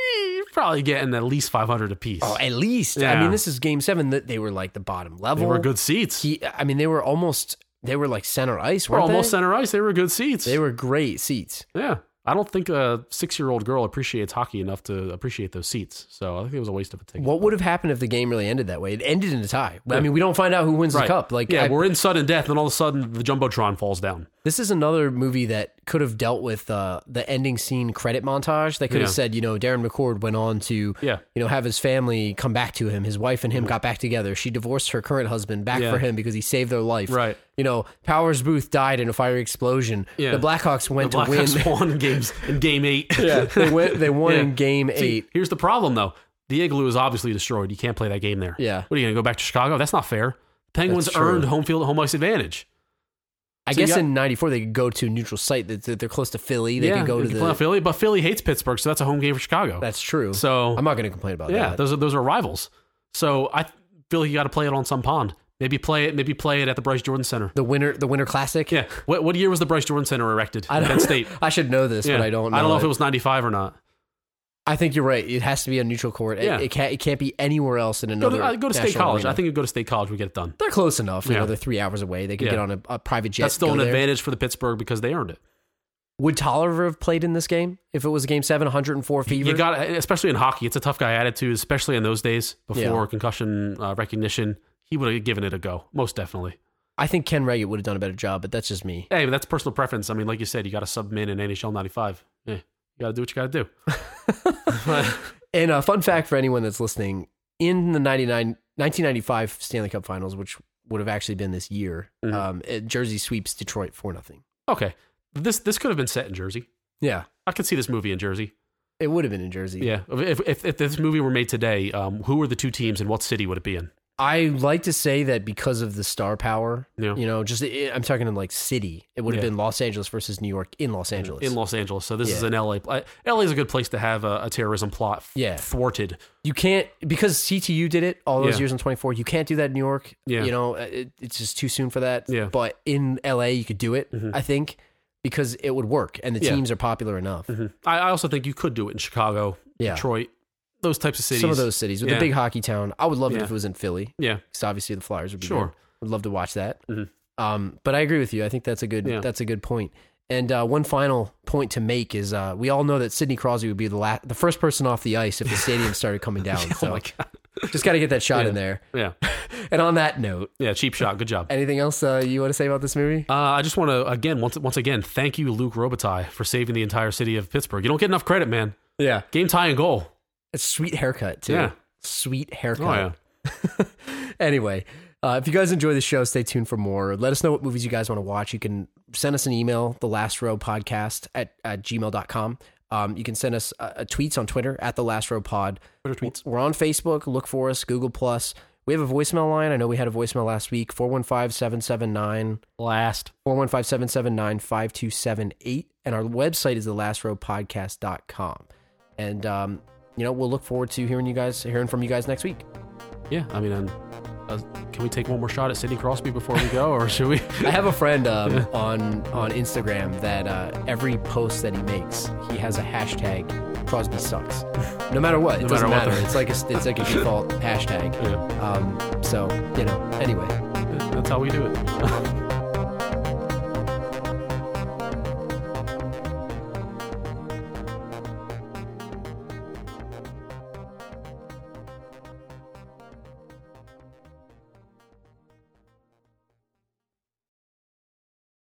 Speaker 2: Eh, You're probably getting at least five hundred apiece.
Speaker 3: Oh, at least. I
Speaker 2: Yeah.
Speaker 3: mean, this is game seven. That they were like the bottom level.
Speaker 2: They were good seats.
Speaker 3: He, I mean, they were almost. They were like center ice.
Speaker 2: were
Speaker 3: weren't
Speaker 2: almost
Speaker 3: they?
Speaker 2: center ice. They were good seats.
Speaker 3: They were great seats.
Speaker 2: yeah. I don't think a six year old girl appreciates hockey enough to appreciate those seats. So I think it was a waste of a ticket.
Speaker 3: What would have happened if the game really ended that way? It ended in a tie. I mean, we don't find out who wins
Speaker 2: Right.
Speaker 3: the cup. Like,
Speaker 2: yeah,
Speaker 3: I-
Speaker 2: we're in sudden death, and all of a sudden the jumbotron falls down.
Speaker 3: This is another movie that could have dealt with uh, the ending scene credit montage. They could have
Speaker 2: Yeah.
Speaker 3: said, you know, Darren McCord went on to,
Speaker 2: Yeah.
Speaker 3: you know, have his family come back to him. His wife and him got back together. She divorced her current husband back
Speaker 2: Yeah.
Speaker 3: for him because he saved their life.
Speaker 2: Right.
Speaker 3: You know, Powers Booth died in a fiery explosion.
Speaker 2: Yeah.
Speaker 3: The Blackhawks went
Speaker 2: Black
Speaker 3: to win.
Speaker 2: Hawks won games in game eight.
Speaker 3: yeah, they went. They won in
Speaker 2: Yeah.
Speaker 3: Game
Speaker 2: See,
Speaker 3: Eight.
Speaker 2: here's the problem though. The igloo is obviously destroyed. You can't play that game there.
Speaker 3: Yeah.
Speaker 2: What are you gonna go back to Chicago? That's not fair. Penguins
Speaker 3: That's true.
Speaker 2: earned home field home ice advantage.
Speaker 3: I
Speaker 2: so you
Speaker 3: guess
Speaker 2: got-
Speaker 3: in '94 they could go to a neutral site. That that they're close to Philly. They
Speaker 2: yeah,
Speaker 3: could go
Speaker 2: you
Speaker 3: to
Speaker 2: can play on
Speaker 3: the.
Speaker 2: Philly, but Philly hates Pittsburgh, so that's a home game for Chicago.
Speaker 3: That's true.
Speaker 2: so
Speaker 3: I'm not going to complain about
Speaker 2: yeah,
Speaker 3: that.
Speaker 2: those are those are rivals. So I feel like you got to play it on some pond. Maybe play it. Maybe play it at the Bryce Jordan Center.
Speaker 3: The winter, the winter classic.
Speaker 2: Yeah. What what year was the Bryce Jordan Center erected?
Speaker 3: I don't,
Speaker 2: Penn State.
Speaker 3: I should know this,
Speaker 2: Yeah.
Speaker 3: but I don't. Know
Speaker 2: I don't know if
Speaker 3: it.
Speaker 2: it was ninety five or not.
Speaker 3: I think you're right. It has to be a neutral court. It-
Speaker 2: Yeah.
Speaker 3: It, can't. It can't be anywhere else in
Speaker 2: Go
Speaker 3: another.
Speaker 2: to, uh, go to State
Speaker 3: national
Speaker 2: College.
Speaker 3: arena.
Speaker 2: I think you go to State College. We get it done.
Speaker 3: they're close enough. You
Speaker 2: Yeah.
Speaker 3: know, they're three hours away. They could
Speaker 2: Yeah.
Speaker 3: get on a, a private jet.
Speaker 2: That's still
Speaker 3: go
Speaker 2: an
Speaker 3: there.
Speaker 2: advantage for the Pittsburgh because they earned it.
Speaker 3: Would Tolliver have played in this game if it was Game Seven, 104 fever?
Speaker 2: You got, especially in hockey, it's a tough guy attitude, especially in those days before
Speaker 3: Yeah.
Speaker 2: concussion uh, recognition. He would have given it a go, most definitely.
Speaker 3: I think Ken Reggett would have done a better job, but that's just me.
Speaker 2: Hey, but that's personal preference. I mean, like you said, you got to sub him in in NHL '95. Yeah, Eh, you got to do what you got to do.
Speaker 3: And a fun fact for anyone that's listening: in the 99, 1995 Stanley Cup Finals, which would have actually been this year,
Speaker 2: Mhm.
Speaker 3: um, it- Jersey sweeps Detroit four nothing.
Speaker 2: Okay, this this could have been set in Jersey.
Speaker 3: Yeah,
Speaker 2: I could see this movie in Jersey.
Speaker 3: it would have been in Jersey.
Speaker 2: Yeah, if if, if this movie were made today, um, who were the two teams and what city would it be in?
Speaker 3: I like to say that because of the star power,
Speaker 2: Yeah.
Speaker 3: you know, just i I'm talking in like city. It would have
Speaker 2: Yeah.
Speaker 3: been Los Angeles versus New York in Los Angeles.
Speaker 2: In Los Angeles. So this
Speaker 3: Yeah.
Speaker 2: is an LA. pl- uh, LA is a good place to have a, a terrorism plot f-
Speaker 3: Yeah.
Speaker 2: thwarted.
Speaker 3: you can't because CTU did it all those
Speaker 2: Yeah.
Speaker 3: years in 24. You can't do that in New York.
Speaker 2: Yeah.
Speaker 3: you know, eh, it, it's just too soon for that.
Speaker 2: Yeah. Mm-hmm.
Speaker 3: but in LA you could do it. I think because it would work and the
Speaker 2: Yeah. Mm-hmm.
Speaker 3: teams are popular enough.
Speaker 2: I, I also think you could do it in Chicago,
Speaker 3: Yeah.
Speaker 2: Detroit, those types of cities.
Speaker 3: Some of those cities with a
Speaker 2: Yeah.
Speaker 3: big hockey town. I would love it
Speaker 2: Yeah.
Speaker 3: if it was in Philly.
Speaker 2: Yeah.
Speaker 3: Because obviously the Flyers would be
Speaker 2: Sure.
Speaker 3: There. Would love to watch that.
Speaker 2: Mhm.
Speaker 3: Um, but I agree with you. I think that's a good
Speaker 2: Yeah.
Speaker 3: that's a good point. And uh, one final point to make is uh, we all know that Sidney Crosby would be the la- the first person off the ice if the stadium started coming down.
Speaker 2: Oh
Speaker 3: so
Speaker 2: my god.
Speaker 3: just got to get that shot in there.
Speaker 2: Yeah.
Speaker 3: And on that note,
Speaker 2: Yeah. Cheap shot. Good job. Uh,
Speaker 3: anything else uh, you want to say about this movie?
Speaker 2: I just want to again once once again thank you, Luke Robitaille, for saving the entire city of Pittsburgh. You don't get enough credit, man.
Speaker 3: Yeah,
Speaker 2: Game tying goal.
Speaker 3: a sweet haircut too.
Speaker 2: Yeah.
Speaker 3: sweet haircut.
Speaker 2: Oh yeah.
Speaker 3: anyway, uh, if you guys enjoy the show, stay tuned for more. Let us know what movies you guys want to watch. You can send us an email, the last row podcast at, at gmail.com. Um, you can send us uh, uh, tweets on Twitter at the last row pod.
Speaker 2: Twitter tweets.
Speaker 3: We're on Facebook. Look for us, Google Plus. We have a voicemail line. I know we had a voicemail last week, 415 779
Speaker 2: Last.
Speaker 3: 415 779 5278. And our website is thelastrowpodcast.com. And, um, you know, we'll look forward to hearing you guys, hearing from you guys next week.
Speaker 2: Yeah. I mean, and, uh, can we take one more shot at Sidney Crosby before we go, or should we?
Speaker 3: I have a friend um, on on Instagram that uh, every post that he makes, he has a hashtag Crosby sucks. No matter what, it
Speaker 2: No
Speaker 3: doesn't
Speaker 2: matter what,
Speaker 3: matter.
Speaker 2: though.
Speaker 3: It's like a, it's like a default hashtag.
Speaker 2: Yeah.
Speaker 3: Um, so you know, anyway,
Speaker 2: That's how we do it.